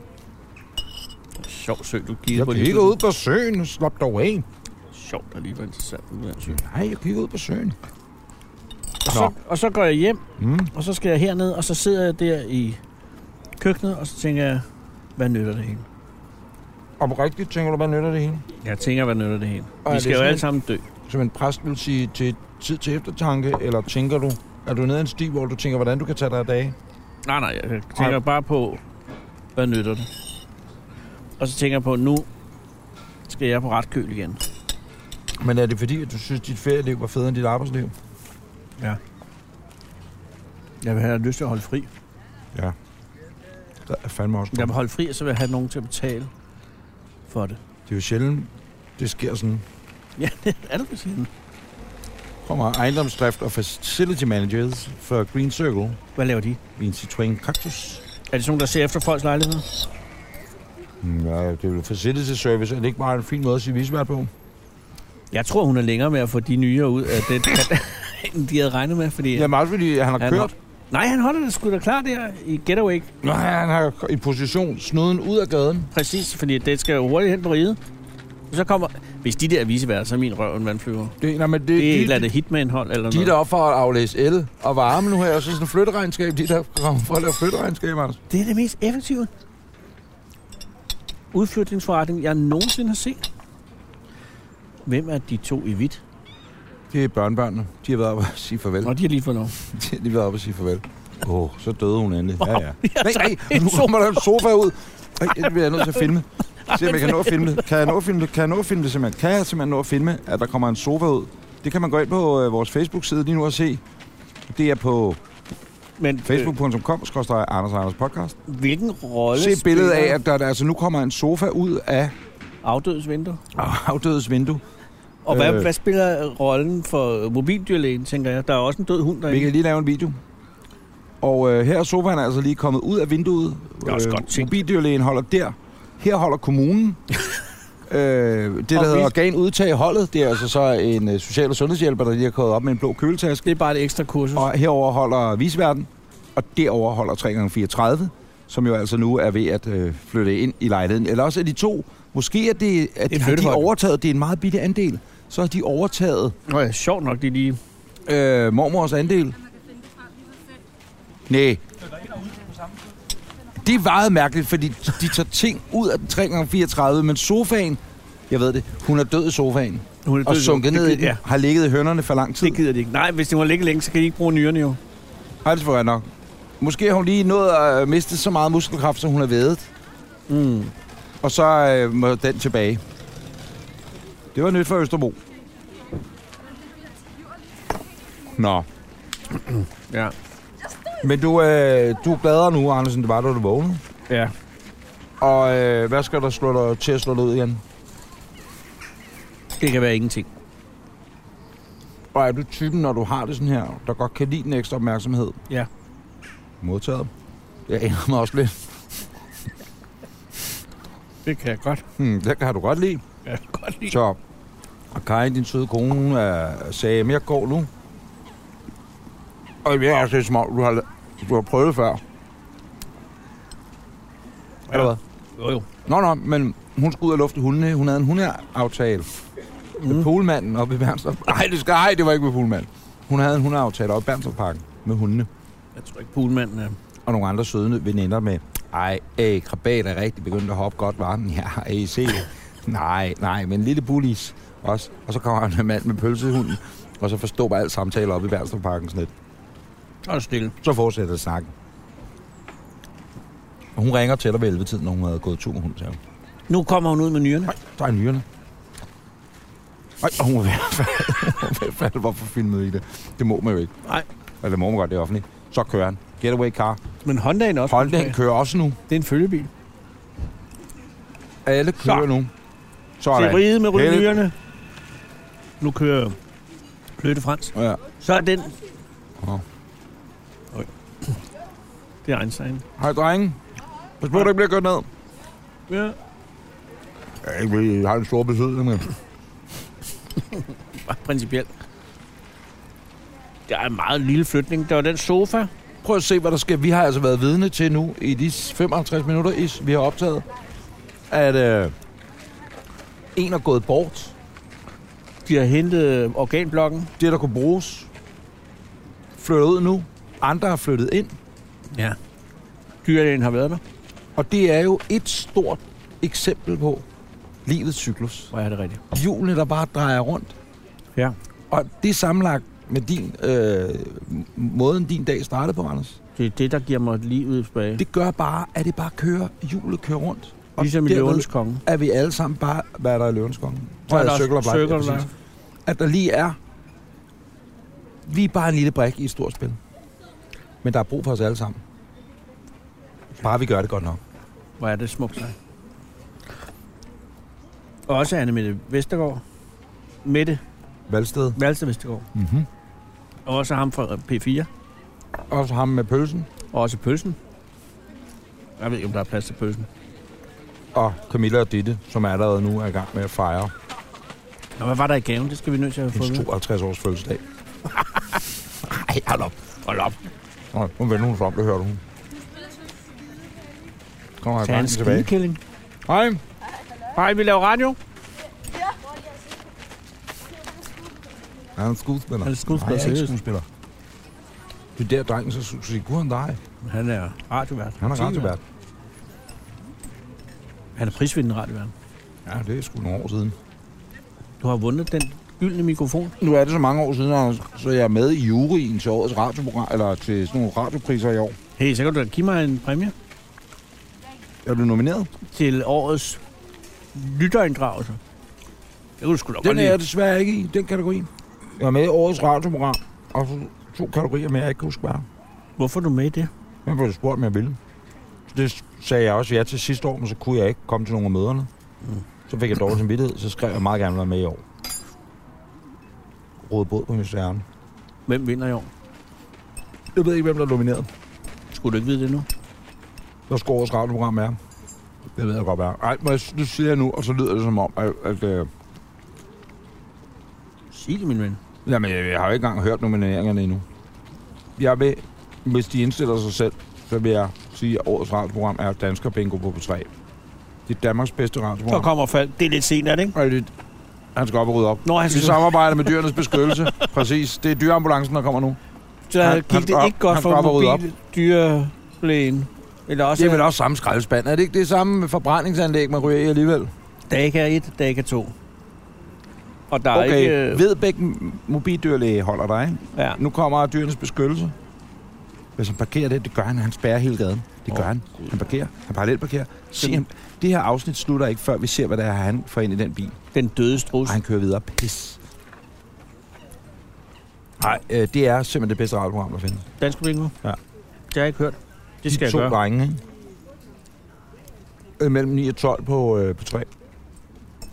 [SPEAKER 2] Sjov sø, du kigger
[SPEAKER 1] Jeg
[SPEAKER 2] på
[SPEAKER 1] kigger ud på søen. Slap dog af.
[SPEAKER 2] Sjov, der lige var interessant. ud af en sø.
[SPEAKER 1] Nej, jeg kigger ud på søen.
[SPEAKER 2] Og
[SPEAKER 1] Nå.
[SPEAKER 2] så, og så går jeg hjem,
[SPEAKER 1] Mm.
[SPEAKER 2] og så skal jeg herned, og så sidder jeg der i køkkenet, og så tænker jeg, hvad nytter det hele?
[SPEAKER 1] Og på rigtigt tænker du, hvad nytter det hele?
[SPEAKER 2] Jeg tænker, hvad nytter det hele?
[SPEAKER 1] Og er
[SPEAKER 2] Vi
[SPEAKER 1] det
[SPEAKER 2] skal jo
[SPEAKER 1] sådan
[SPEAKER 2] alle
[SPEAKER 1] en-
[SPEAKER 2] sammen dø.
[SPEAKER 1] Som en præst vil sige til tid til eftertanke, eller tænker du, er du nede i en sti, hvor du tænker, hvordan du kan tage dig af dage?
[SPEAKER 2] Nej, nej, jeg tænker bare på, hvad nytter det? Og så tænker jeg på, nu skal jeg på ret køl igen.
[SPEAKER 1] Men er det fordi, at du synes, dit ferieliv var federe end dit arbejdsliv?
[SPEAKER 2] Jeg vil have lyst til at holde fri.
[SPEAKER 1] Der er fandme også
[SPEAKER 2] Jeg vil holde fri, og så vil jeg have nogen til at betale for det.
[SPEAKER 1] Det er jo sjældent, det sker sådan.
[SPEAKER 2] Ja, det er det for siden.
[SPEAKER 1] Kommer ejendomsdrift og facility managers for Green Circle
[SPEAKER 2] Hvad laver de?
[SPEAKER 1] i en Citroën Cactus.
[SPEAKER 2] Er det sådan, der ser efter folks lejligheder?
[SPEAKER 1] Mm, Ja, det er jo facility service. Er det ikke bare en fin måde at sige visvært på?
[SPEAKER 2] Jeg tror, hun er længere med at få de nyere ud af det, end de havde regnet med, fordi...
[SPEAKER 1] Jamen også fordi han har
[SPEAKER 2] han
[SPEAKER 1] kørt.
[SPEAKER 2] Nej, han holder det sgu da klar der i Getaway.
[SPEAKER 1] Nå, han har i position snuden ud af gaden.
[SPEAKER 2] Præcis, fordi det skal jo hurtigt hen på riget. Og så kommer... Hvis de der viseværelser, så er min røv en vandflyver.
[SPEAKER 1] Det, nej, men det,
[SPEAKER 2] Det er et
[SPEAKER 1] de,
[SPEAKER 2] eller andet hitman-hold eller
[SPEAKER 1] de,
[SPEAKER 2] noget.
[SPEAKER 1] der er op for at aflæse el og varme nu her, og så sådan et flytteregnskab, de der kommer for at lave flytteregnskab, Anders.
[SPEAKER 2] Det er det mest effektive udflytningsforretning, jeg nogensinde har set. Hvem er de to i hvidt?
[SPEAKER 1] Det er børnebørnene. De har været oppe og sige farvel.
[SPEAKER 2] Nå, de har lige fået lov.
[SPEAKER 1] De har lige været oppe og sige farvel. Åh, oh, så døde hun endelig. Ja, ja.
[SPEAKER 2] Ja,
[SPEAKER 1] Nej,
[SPEAKER 2] tak.
[SPEAKER 1] nej, nu kommer der en sofa ud. Ej, det bliver jeg nødt til at filme. Se, om jeg kan nå at filme det. Kan jeg nå at filme det? Kan jeg nå at filme det simpelthen? Kan jeg simpelthen nå at filme, at der kommer en sofa ud? Det kan man gå ind på øh, vores Facebook-side lige nu og se. Det er på
[SPEAKER 2] Men Facebook.
[SPEAKER 1] facebook.com, skorstræk Anders og Anders podcast.
[SPEAKER 2] Øh, hvilken rolle
[SPEAKER 1] Se billedet af,
[SPEAKER 2] spiller
[SPEAKER 1] at der, der altså nu kommer en sofa ud af øh,
[SPEAKER 2] afdødes vindue?
[SPEAKER 1] afdødes vindue.
[SPEAKER 2] Og hvad,
[SPEAKER 1] Øh.
[SPEAKER 2] øh. hvad spiller rollen for mobildyrlægen, tænker jeg? Der er også en død hund
[SPEAKER 1] Vi
[SPEAKER 2] derinde.
[SPEAKER 1] kan lige lave en video. Og øh, her er sofaen altså lige kommet ud af vinduet.
[SPEAKER 2] Det er også godt tænkt.
[SPEAKER 1] Mobildyrlægen holder der. Her holder kommunen. øh, det, der
[SPEAKER 2] Og vi-
[SPEAKER 1] hedder organudtag i holdet, det er altså så en øh, social- og sundhedshjælper, der lige har kommet op med en blå køletaske.
[SPEAKER 2] Det er bare et ekstra kursus.
[SPEAKER 1] Og herover holder visverden, og derover holder 3x34, som jo altså nu er ved at øh, flytte ind i lejligheden. Eller også er de to, måske er det, at
[SPEAKER 2] Det er
[SPEAKER 1] har de
[SPEAKER 2] flyttefolk.
[SPEAKER 1] overtaget, det er en meget bitte andel, så har de overtaget
[SPEAKER 2] Nå ja, sjovt nok, de lige...
[SPEAKER 1] øh, mormors andel. Nej. Det er meget mærkeligt, fordi de tager ting ud af den 3x34, men sofaen, jeg ved det, hun er død i sofaen.
[SPEAKER 2] Hun er
[SPEAKER 1] Og
[SPEAKER 2] død,
[SPEAKER 1] sunket
[SPEAKER 2] det
[SPEAKER 1] ned i
[SPEAKER 2] gider-
[SPEAKER 1] den,
[SPEAKER 2] Ja,
[SPEAKER 1] har ligget i hønderne for lang tid.
[SPEAKER 2] det gider de ikke. Nej, hvis de må ligge længe, så kan de ikke bruge nyrerne jo.
[SPEAKER 1] Nej, det tror jeg nok. Måske har hun lige nået at øh, miste så meget muskelkraft, som hun har vædet,
[SPEAKER 2] Mm.
[SPEAKER 1] og så øh, må den tilbage. Det var nyt for Østerbro. Nå,
[SPEAKER 2] Ja.
[SPEAKER 1] men du, øh, du er gladere nu, Andersen, end det var, da du vågnede.
[SPEAKER 2] ja.
[SPEAKER 1] Og øh, hvad skal der slå dig til at slå dig ud igen?
[SPEAKER 2] Det kan være ingenting.
[SPEAKER 1] Og er du typen, når du har det sådan her, der godt kan lide den ekstra opmærksomhed?
[SPEAKER 2] Ja.
[SPEAKER 1] Modtaget. Jeg ændrer mig også lidt.
[SPEAKER 2] Det kan jeg godt.
[SPEAKER 1] Hmm, det kan du godt lide.
[SPEAKER 2] Jeg kan godt lide.
[SPEAKER 1] Så, og Karin, din søde kone, hun er, sagde, at jeg går nu. Og jeg er også lidt som om, du har, du har prøvet før. Eller hvad?
[SPEAKER 2] Jo, jo.
[SPEAKER 1] Nå, nå, men hun skulle ud og lufte hundene. Hun havde en hundeaftale med
[SPEAKER 2] Mm.
[SPEAKER 1] poolmanden oppe i Bernstorff. Nej, det skal ej, det var ikke med poolmanden. Hun havde en hundeaftale oppe i Bernstorffparken med hundene.
[SPEAKER 2] Jeg tror ikke, poolmanden øh, er...
[SPEAKER 1] Og nogle andre søde veninder med, ej, æh, krabat er rigtig begyndt at hoppe godt, var den? Ja, æh, se. nej, nej, men en lille bullis også. Og så kommer han en mand med pølsehunden, og så forstår bare alt samtale oppe i Bernstorffparken sådan lidt.
[SPEAKER 2] Så er det stille.
[SPEAKER 1] Så fortsætter snakken. Og hun ringer til dig ved 11 tiden, når hun havde gået tur med hunden, siger hun.
[SPEAKER 2] Nu kommer hun ud med nyrerne.
[SPEAKER 1] Nej, der er nyrerne. Nej, og hun var ved at falde. Hun var ved at falde. Hvorfor filmede I det? Det må man jo ikke.
[SPEAKER 2] Nej.
[SPEAKER 1] Eller det må man godt, det er offentligt. Så kører han. Getaway car.
[SPEAKER 2] Men Honda'en også.
[SPEAKER 1] Hondaen kører også nu.
[SPEAKER 2] Det er en følgebil.
[SPEAKER 1] Alle kører
[SPEAKER 2] Så.
[SPEAKER 1] nu.
[SPEAKER 2] Det
[SPEAKER 1] Sådan.
[SPEAKER 2] ride med
[SPEAKER 1] Helle.
[SPEAKER 2] nyrerne. Nu kører Fløte Frans.
[SPEAKER 1] Ja.
[SPEAKER 2] Så er den...
[SPEAKER 1] Åh.
[SPEAKER 2] Øj. Det er Einstein.
[SPEAKER 1] Hej, drenge. Pas på, at du ikke bliver kørt ned.
[SPEAKER 2] Ja.
[SPEAKER 1] Jeg er ikke ved, det har en stor betydning, men...
[SPEAKER 2] Bare principielt. Der er en meget lille flytning. Der var den sofa.
[SPEAKER 1] Prøv at se, hvad der sker. Vi har altså været vidne til nu, i de 55 minutter, is, vi har optaget, at øh, en er gået bort.
[SPEAKER 2] De har hentet øh, organblokken.
[SPEAKER 1] Det, der kunne bruges, flytter ud nu. Andre har flyttet ind.
[SPEAKER 2] Ja. Dyrlægen har været der.
[SPEAKER 1] Og det er jo et stort eksempel på livets cyklus.
[SPEAKER 2] Hvor er det rigtigt?
[SPEAKER 1] Hjulene, der bare drejer rundt.
[SPEAKER 2] Ja.
[SPEAKER 1] Og det sammenlagt med din, øh, måden, din dag startede på, Anders,
[SPEAKER 2] Det er det, der giver mig livet tilbage. Det,
[SPEAKER 1] det gør bare, at det bare kører, hjulet kører rundt. Og
[SPEAKER 2] ligesom i
[SPEAKER 1] derved
[SPEAKER 2] Løvens Konge.
[SPEAKER 1] er vi alle sammen bare, hvad er der i løvens konge?
[SPEAKER 2] Der er
[SPEAKER 1] Der er
[SPEAKER 2] der
[SPEAKER 1] Circle of Life,
[SPEAKER 2] Circle
[SPEAKER 1] ja,
[SPEAKER 2] of
[SPEAKER 1] præcis. At der lige er, vi er bare en lille brik i et stort spil. Men der er brug for os alle sammen. Bare vi gør det godt nok.
[SPEAKER 2] Hvor er det smukt sagt. Og også Anne-Mette Vestergaard. Mette
[SPEAKER 1] Valsted.
[SPEAKER 2] Valse Vestergaard.
[SPEAKER 1] Mm-hmm.
[SPEAKER 2] Og også ham fra P4.
[SPEAKER 1] Og så ham med pølsen
[SPEAKER 2] Og også pølsen. Jeg ved ikke, om der er plads til pølsen.
[SPEAKER 1] og Camilla og Ditte, som allerede nu er i gang med at fejre
[SPEAKER 2] Nå, hvad var der i gaven? Det skal vi nødt til at få
[SPEAKER 1] hendes
[SPEAKER 2] ved.
[SPEAKER 1] 52-års fødselsdag. Ej, hold op.
[SPEAKER 2] Hold op.
[SPEAKER 1] Nå, nu vender hun sig om, det hørte hun. Kommer her
[SPEAKER 2] Tag en
[SPEAKER 1] gangen tilbage.
[SPEAKER 2] skidekælling.
[SPEAKER 1] Hej.
[SPEAKER 2] Hej, vi laver radio.
[SPEAKER 1] Han er en skuespiller.
[SPEAKER 2] Han er skuespiller,
[SPEAKER 1] Nej, jeg er ikke
[SPEAKER 2] seriøst.
[SPEAKER 1] skuespiller. Det er der drengen, så synes jeg, gud han dig.
[SPEAKER 2] Han er radiovært.
[SPEAKER 1] Han er radiovært.
[SPEAKER 2] Han er prisvindende radiovært.
[SPEAKER 1] Ja, det er sgu nogle år siden.
[SPEAKER 2] Du har vundet den gyldne mikrofon.
[SPEAKER 1] Nu er det så mange år siden, Anders, så jeg er med i juryen til årets radioprogram, eller til sådan nogle radiopriser i år.
[SPEAKER 2] Hey, så kan du da give mig en præmie
[SPEAKER 1] Er du nomineret?
[SPEAKER 2] til årets lytterinddragelse. Det kunne du sgu da godt
[SPEAKER 1] Den er jeg
[SPEAKER 2] lide.
[SPEAKER 1] desværre ikke i, den kategori. Jeg er med i årets radioprogram, og så to kategorier mere, jeg ikke kan huske bare.
[SPEAKER 2] Hvorfor er du med i det?
[SPEAKER 1] Jeg blev spurgt, om jeg ville. Så det sagde jeg også ja til sidste år, men så kunne jeg ikke komme til nogen af møderne. Så fik jeg dårlig samvittighed, så skrev jeg meget gerne være med i år. Råd båd på min stjerne.
[SPEAKER 2] Hvem vinder i år?
[SPEAKER 1] Jeg ved ikke, hvem der er nomineret.
[SPEAKER 2] Skulle du ikke vide det nu?
[SPEAKER 1] Hvor skal årets radioprogram er. Det ved jeg godt, hvad er. Ej, men jeg- nu siger jeg nu, og så lyder det som om, at, at øh,
[SPEAKER 2] Sig det, min ven.
[SPEAKER 1] Jamen, jeg, jeg har jo ikke engang hørt nomineringerne endnu. Jeg vil, hvis de indstiller sig selv, så vil jeg sige, at årets radioprogram er Dansker Bingo på P3. Det er Danmarks bedste
[SPEAKER 2] Så
[SPEAKER 1] radioprogram.
[SPEAKER 2] kommer fald. Det er lidt senere, er det ikke?
[SPEAKER 1] Og det, han skal op og rydde op.
[SPEAKER 2] Nå, han
[SPEAKER 1] Vi
[SPEAKER 2] synes, så,
[SPEAKER 1] samarbejder med dyrenes beskyttelse. Præcis. Det er dyreambulancen, der kommer nu.
[SPEAKER 2] Altså- så
[SPEAKER 1] han- han
[SPEAKER 2] gik
[SPEAKER 1] skal
[SPEAKER 2] det
[SPEAKER 1] op-
[SPEAKER 2] ikke godt
[SPEAKER 1] han skal op og rydde
[SPEAKER 2] for
[SPEAKER 1] op.
[SPEAKER 2] mobildyrlægen. Eller også
[SPEAKER 1] Det er vel også samme skraldespand. Er det ikke det samme med forbrændingsanlæg, man ryger i alligevel?
[SPEAKER 2] Daka 1, Daka 2. Og der er
[SPEAKER 1] okay.
[SPEAKER 2] ikke... øh,
[SPEAKER 1] Vedbæk mobildyrlæge holder dig, ikke?
[SPEAKER 2] Ja.
[SPEAKER 1] Nu kommer dyrenes beskyttelse. Hvis han parkerer det, det gør han. Han spærrer hele gaden. Det gør
[SPEAKER 2] Åh,
[SPEAKER 1] han. Han parkerer. Han parallelparkerer. Se,
[SPEAKER 2] Den-
[SPEAKER 1] ham. det her afsnit slutter ikke, før vi ser, hvad der er, han får ind i den bil.
[SPEAKER 2] Den døde strus.
[SPEAKER 1] Og han kører videre. Pis. Nej, øh, det er simpelthen det bedste radioprogram, der findes.
[SPEAKER 2] Dansk bingo?
[SPEAKER 1] Ja.
[SPEAKER 2] Det har jeg ikke hørt. Det skal
[SPEAKER 1] De
[SPEAKER 2] jeg
[SPEAKER 1] to
[SPEAKER 2] gøre.
[SPEAKER 1] drenge, ikke? Øh, Mellem 9 og 12 på, øh, på 3.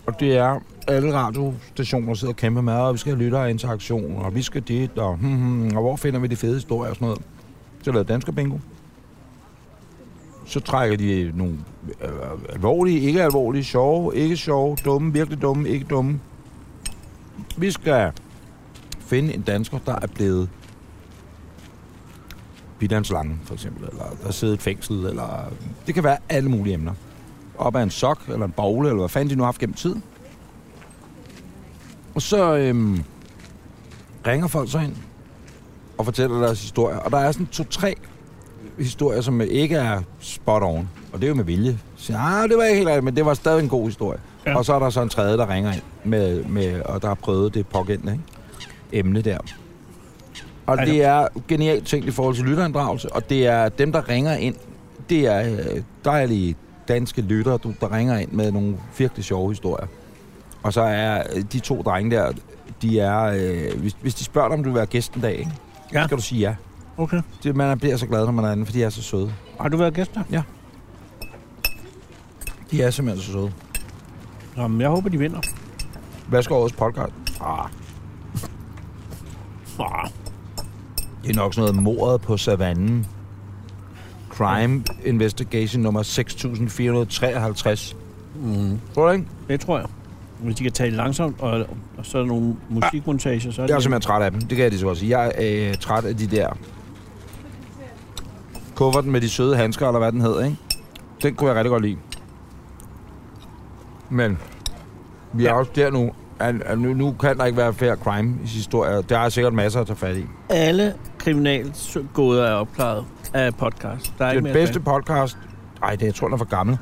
[SPEAKER 1] Og det er alle radiostationer, der sidder og kæmper med, og vi skal have lyttere og interaktion, og vi skal dit, og, hmm, hmm, og hvor finder vi de fede historier og sådan noget. Så lavede Dansker Bingo. Så trækker de nogle øh, alvorlige, ikke alvorlige, sjove, ikke sjove, dumme, virkelig dumme, ikke dumme. Vi skal finde en dansker, der er blevet Bidans Lange, for eksempel, eller der sidder i et fængsel, eller... Det kan være alle mulige emner. Op af en sok, eller en bogle, eller hvad fanden de nu har haft gennem tiden. Og så øhm, ringer folk så ind og fortæller deres historier. Og der er sådan to-tre historier, som ikke er spot on. Og det er jo med vilje. Så siger, ah, det var ikke helt rigtigt, men det var stadig en god historie.
[SPEAKER 2] Ja.
[SPEAKER 1] Ja. Og så er der så en tredje, der ringer ind, med, med, og der har prøvet det pågældende ikke? emne der. Og
[SPEAKER 2] Ej,
[SPEAKER 1] det er genialt tænkt i forhold til lytterinddragelse, og det er dem, der ringer ind, det er øh, dejlige danske lyttere, du- der ringer ind med nogle virkelig sjove historier. Og så er øh, de to drenge der, de er, øh, hvis, hvis de spørger dig, om du vil være gæst en dag, ikke?
[SPEAKER 2] Ja.
[SPEAKER 1] så skal du sige ja.
[SPEAKER 2] Okay.
[SPEAKER 1] Det, man bliver så glad, når man er anden, for de er så søde.
[SPEAKER 2] Har du været gæst der?
[SPEAKER 1] De er simpelthen så søde.
[SPEAKER 2] Jamen, jeg håber, de vinder.
[SPEAKER 1] Hvad skal årets podcast? Ah,
[SPEAKER 2] Ah,
[SPEAKER 1] det er nok sådan noget mordet på savannen. Crime Investigation nummer 6453.
[SPEAKER 2] Mm.
[SPEAKER 1] Tror du ikke?
[SPEAKER 2] Det tror jeg. Hvis de kan tale langsomt, og, og så er der nogle musikmontager, så er altså-
[SPEAKER 1] Jeg er
[SPEAKER 2] det...
[SPEAKER 1] simpelthen træt af dem. Det kan jeg lige så godt sige. Jeg er øh, træt af de der... Kufferten med de søde handsker, eller hvad den hedder, ikke? Den kunne jeg rigtig godt lide. Men vi er også der nu. At, at nu, nu kan der ikke være flere crime i historier. Der er sikkert masser at tage fat i.
[SPEAKER 2] Alle kriminalgåder er opklaret af podcast. Der er ikke
[SPEAKER 1] Den
[SPEAKER 2] mere
[SPEAKER 1] bedste podcast... Ej, det jeg tror, den er for gammel.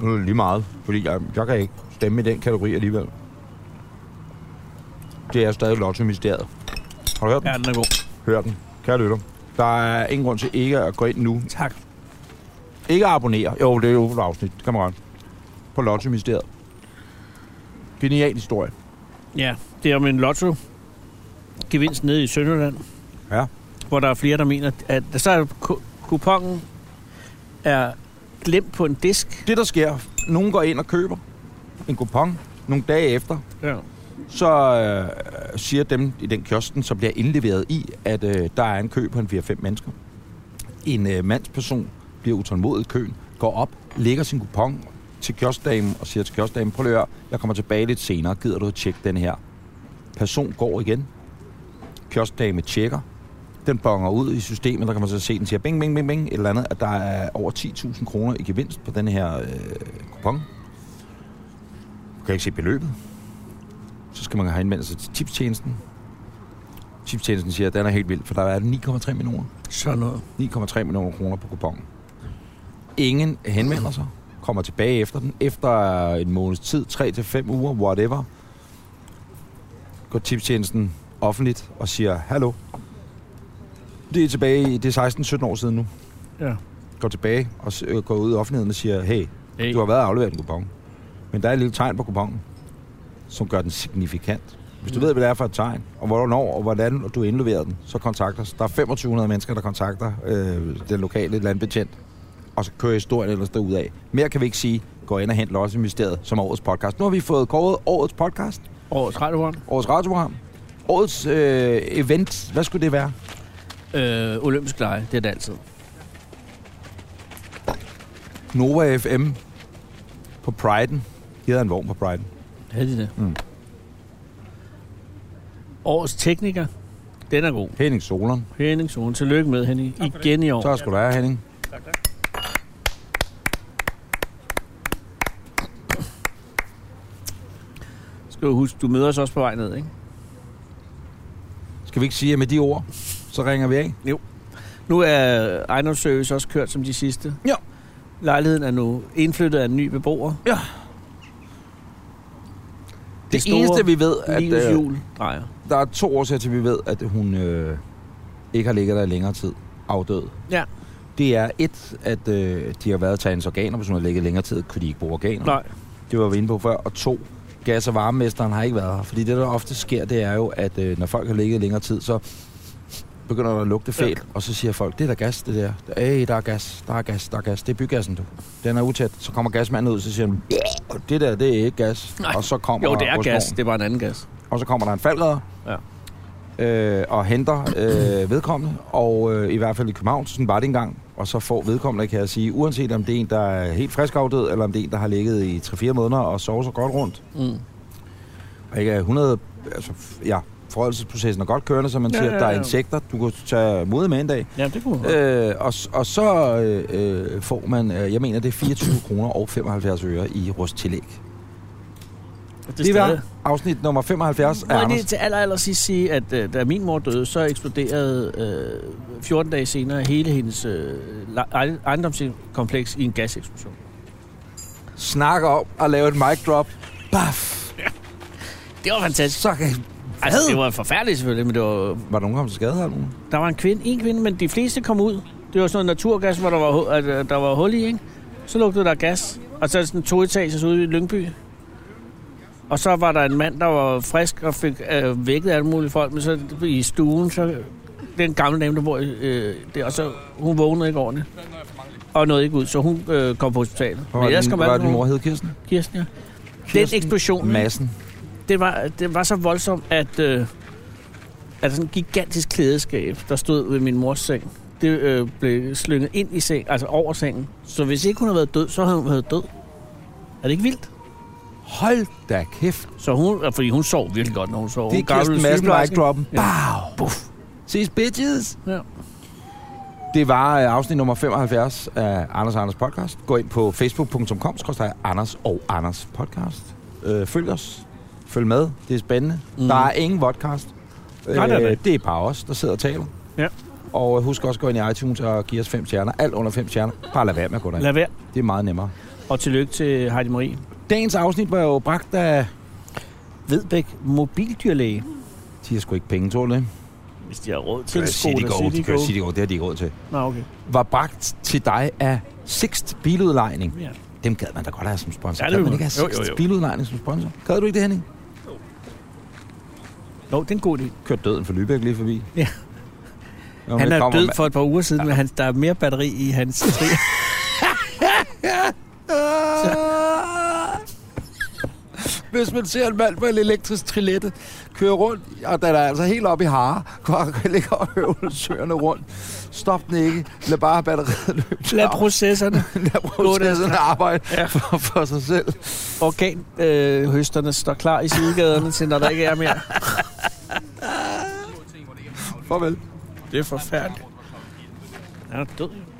[SPEAKER 1] Nu er det lige meget, fordi jeg, jeg kan ikke stemme i den kategori alligevel. Det er stadig Lotto-mysteriet. Har du hørt den?
[SPEAKER 2] tilbage. Ja, den er god.
[SPEAKER 1] Hør den. Kære lytter. Der er ingen grund til ikke at gå ind nu.
[SPEAKER 2] Tak.
[SPEAKER 1] Ikke at abonnere. Jo, det er jo et afsnit. Det kan man godt. På Lotto Ministeriet. Genial historie.
[SPEAKER 2] Ja, det er om en lotto gevinst nede i Sønderland.
[SPEAKER 1] Ja.
[SPEAKER 2] Hvor der er flere, der mener, at så er ku- kupongen er glemt på en disk.
[SPEAKER 1] Det, der sker, nogen går ind og køber en kupon nogle dage efter,
[SPEAKER 2] Ja.
[SPEAKER 1] så øh, siger dem i den kiosk, den så bliver indleveret i, at øh, der er en kø på en 4-5 mennesker. En øh, mandsperson bliver utålmodig i køen, går op, lægger sin kupon til kioskdamen og siger til kioskdamen, prøv lige at høre, jeg kommer tilbage lidt senere, gider du at tjekke den her? Person går igen, kioskdame tjekker, den bonger ud i systemet, der kan man så se, den siger bing, bing, bing, bing, et eller andet, at der er over 10.000 kroner i gevinst på den her øh, kupon. Du kan ikke se beløbet så skal man have henvendt sig til tipstjenesten. Tipstjenesten siger, at den er helt vild, for der er 9,3 millioner.
[SPEAKER 2] Sådan noget.
[SPEAKER 1] 9,3 millioner kroner på kuponen. Ingen henvender sig, kommer tilbage efter den, efter en måneds tid, 3 til 5 uger, whatever. går tiptjenesten offentligt og siger, hallo. Det er tilbage i, det er 16-17 år siden nu.
[SPEAKER 2] Ja.
[SPEAKER 1] Går tilbage og s- øh, går ud i offentligheden og siger, hey,
[SPEAKER 2] Hey.
[SPEAKER 1] du har været afleveret en kupon. Men der er et lille tegn på kuponen, som gør den signifikant. Hvis du ved, hvad det er for et tegn, og hvornår og hvordan du indleverer den, så kontakt os. Der er 2500 mennesker, der kontakter øh, den lokale landbetjent, og så kører historien ellers derudad. Mere kan vi ikke sige. Gå ind og hent Losse Mysteriet som årets podcast. Nu har vi fået kåret årets podcast,
[SPEAKER 2] Årets radioprogram.
[SPEAKER 1] årets radioprogram, årets øh, event. Hvad skulle det være?
[SPEAKER 2] Øh, olympisk lege, det er det altid.
[SPEAKER 1] Nova FM på Pride'en. De havde en vogn på Pride'en.
[SPEAKER 2] Havde de det?
[SPEAKER 1] Mm.
[SPEAKER 2] Årets tekniker, den er god.
[SPEAKER 1] Henning Solon.
[SPEAKER 2] Henning Sohn, tillykke med Henning. Igen i år.
[SPEAKER 1] Så skal du have, Henning.
[SPEAKER 2] Skal du huske, du møder os også på vej ned, ikke?
[SPEAKER 1] Skal vi ikke sige, at med de ord, så ringer vi af?
[SPEAKER 2] Nu er ejendomsservice også kørt som de sidste.
[SPEAKER 1] Ja.
[SPEAKER 2] Lejligheden er nu indflyttet af en ny beboer.
[SPEAKER 1] Det,
[SPEAKER 2] Det
[SPEAKER 1] det
[SPEAKER 2] store
[SPEAKER 1] eneste, vi ved,
[SPEAKER 2] At,
[SPEAKER 1] at
[SPEAKER 2] Livets
[SPEAKER 1] øh,
[SPEAKER 2] jul drejer.
[SPEAKER 1] der er to årsager til, at vi ved, at hun øh, ikke har ligget der i længere tid afdød.
[SPEAKER 2] Ja.
[SPEAKER 1] Det er et, at øh, de har været til hendes organer, hvis hun har ligget længere tid, kunne de ikke bruge organer.
[SPEAKER 2] Nej,
[SPEAKER 1] Det var vi inde på før. Og to, gas- og varmemesteren har ikke været her. Fordi det, der ofte sker, det er jo, at øh, når folk har ligget længere tid, så begynder der at lugte fælt, og så siger folk, det er der gas, det der. Æh, der er gas, der er gas, der er gas. Det er bygassen, du. Den er utæt. Så kommer gasmanden ud, så siger han, det der, det er ikke gas.
[SPEAKER 2] Nej.
[SPEAKER 1] Og så kommer
[SPEAKER 2] jo, det er
[SPEAKER 1] rusmorgen.
[SPEAKER 2] gas. Det er bare en anden gas.
[SPEAKER 1] Og så kommer der en faldredder. Ja. Øh, og henter øh, vedkommende, og øh, i hvert fald i København, sådan var det engang. Og så får vedkommende, kan jeg sige, uanset om det er en, der er helt frisk afdød, eller om det er en, der har ligget i 3-4 måneder og sovet så godt rundt.
[SPEAKER 2] Mm.
[SPEAKER 1] Og ikke er 100... Altså, ja, forholdelsesprocessen er godt kørende, som man
[SPEAKER 2] Ja,
[SPEAKER 1] ja, siger.
[SPEAKER 2] ja,
[SPEAKER 1] Der
[SPEAKER 2] ja.
[SPEAKER 1] er insekter, du kan tage mod med en dag.
[SPEAKER 2] Ja, det kunne øh.
[SPEAKER 1] Øh, og, s- og så øh, øh, får man, øh, jeg mener, det er 24 kroner og 75 øre i rusttillæg.
[SPEAKER 2] Det, det er
[SPEAKER 1] afsnit nummer 75 af
[SPEAKER 2] Må jeg lige
[SPEAKER 1] Anders.
[SPEAKER 2] til aller, aller sidst sige, at øh, da min mor døde, så eksploderede øh, 14 dage senere hele hendes øh, lej- ej- ejendomskompleks i en gaseksplosion.
[SPEAKER 1] Snakker om at lave et mic drop. Baf!
[SPEAKER 2] Det var fantastisk.
[SPEAKER 1] Så kan
[SPEAKER 2] Altså, det var forfærdeligt selvfølgelig, men det var,
[SPEAKER 1] Var der nogen, der kom til skade her nu?
[SPEAKER 2] der var en kvinde, en kvinde, men de fleste kom ud. Det var sådan noget naturgas, hvor der var, hu- at, øh, der var hul i, ikke? Så lugtede der gas, og så er det sådan to etages ude i Lyngby. Og så var der en mand, der var frisk og fik øh, vækket alle mulige folk, men så i stuen, så den gamle dame, der bor i, øh, der, og så hun vågnede ikke ordentligt. Og nåede ikke ud, så hun øh, kom på hospitalet.
[SPEAKER 1] Hvor var,
[SPEAKER 2] ellers
[SPEAKER 1] din,
[SPEAKER 2] kom
[SPEAKER 1] hvad
[SPEAKER 2] alt
[SPEAKER 1] var din
[SPEAKER 2] muligt.
[SPEAKER 1] mor hed Kirsten?
[SPEAKER 2] Kirsten, ja. Den
[SPEAKER 1] Kirsten
[SPEAKER 2] eksplosion, ikke?
[SPEAKER 1] Massen.
[SPEAKER 2] det var, det var så voldsomt, at, øh, at sådan en gigantisk klædeskab, der stod ved min mors seng, det øh, blev slynget ind i seng, altså over sengen. Så hvis ikke hun havde været død, så havde hun været død. Er det ikke vildt?
[SPEAKER 1] Hold da kæft.
[SPEAKER 2] Så hun, og fordi hun sov virkelig godt, når hun sov.
[SPEAKER 1] Det
[SPEAKER 2] Hun
[SPEAKER 1] er Kirsten
[SPEAKER 2] gavlede
[SPEAKER 1] Madsen, mic
[SPEAKER 2] sygeplejersken.
[SPEAKER 1] droppen.
[SPEAKER 2] Ja.
[SPEAKER 1] Bow!
[SPEAKER 2] Puff.
[SPEAKER 1] Ses bitches!
[SPEAKER 2] Ja.
[SPEAKER 1] Det var øh, afsnit nummer 75 af Anders og Anders podcast. Gå ind på facebook.com, skrøster Anders og Anders podcast. Øh, følg os. Følg med. Det er spændende.
[SPEAKER 2] Mm.
[SPEAKER 1] Mm. Der er ingen podcast.
[SPEAKER 2] Nej, nej, nej.
[SPEAKER 1] det er bare os, der sidder og taler.
[SPEAKER 2] Ja.
[SPEAKER 1] Og øh, husk også at gå ind i iTunes og give os fem stjerner. Alt under fem stjerner. Bare lad være med at gå derind.
[SPEAKER 2] Lad være.
[SPEAKER 1] Det er meget nemmere.
[SPEAKER 2] Og tillykke til Heidi Marie.
[SPEAKER 1] Dagens afsnit var jo bragt af...
[SPEAKER 2] Vedbæk, mobildyrlæge.
[SPEAKER 1] De har sgu ikke penge, tror du det?
[SPEAKER 2] Hvis de har råd til
[SPEAKER 1] Kører
[SPEAKER 2] det. Skoda
[SPEAKER 1] Citigo, de kører
[SPEAKER 2] Citigo.
[SPEAKER 1] Citigo, det har de ikke råd til.
[SPEAKER 2] Nå, okay.
[SPEAKER 1] Var bragt til dig af Sixt Biludlejning.
[SPEAKER 2] Ja.
[SPEAKER 1] Dem gad man da godt have som sponsor.
[SPEAKER 2] Ja,
[SPEAKER 1] Gad
[SPEAKER 2] det vil
[SPEAKER 1] man
[SPEAKER 2] man.
[SPEAKER 1] ikke have
[SPEAKER 2] Jo, jo,
[SPEAKER 1] Sixt
[SPEAKER 2] jo.
[SPEAKER 1] Biludlejning som sponsor? Gad du ikke det, Henning?
[SPEAKER 2] Nå, det er en god idé.
[SPEAKER 1] Kørte døden for Lübeck lige forbi.
[SPEAKER 2] Ja.
[SPEAKER 1] Nå,
[SPEAKER 2] Han
[SPEAKER 1] det
[SPEAKER 2] er
[SPEAKER 1] kommer
[SPEAKER 2] død
[SPEAKER 1] man-
[SPEAKER 2] for et par uger siden, men han, der er mere batteri i hans tri.
[SPEAKER 1] Ah. Hvis man ser en mand på en elektrisk trillette køre rundt, og den er altså helt oppe i hare, og ligger og høvler søerne rundt. Stop den ikke. Lad bare batteriet løbe.
[SPEAKER 2] Lad processerne.
[SPEAKER 1] Lad processen arbejde
[SPEAKER 2] Ja.
[SPEAKER 1] for, for sig selv.
[SPEAKER 2] organhøsterne øh, høsterne står klar i sidegaderne til, når der ikke er mere.
[SPEAKER 1] Farvel.
[SPEAKER 2] Det er forfærdeligt. Han er død, jo.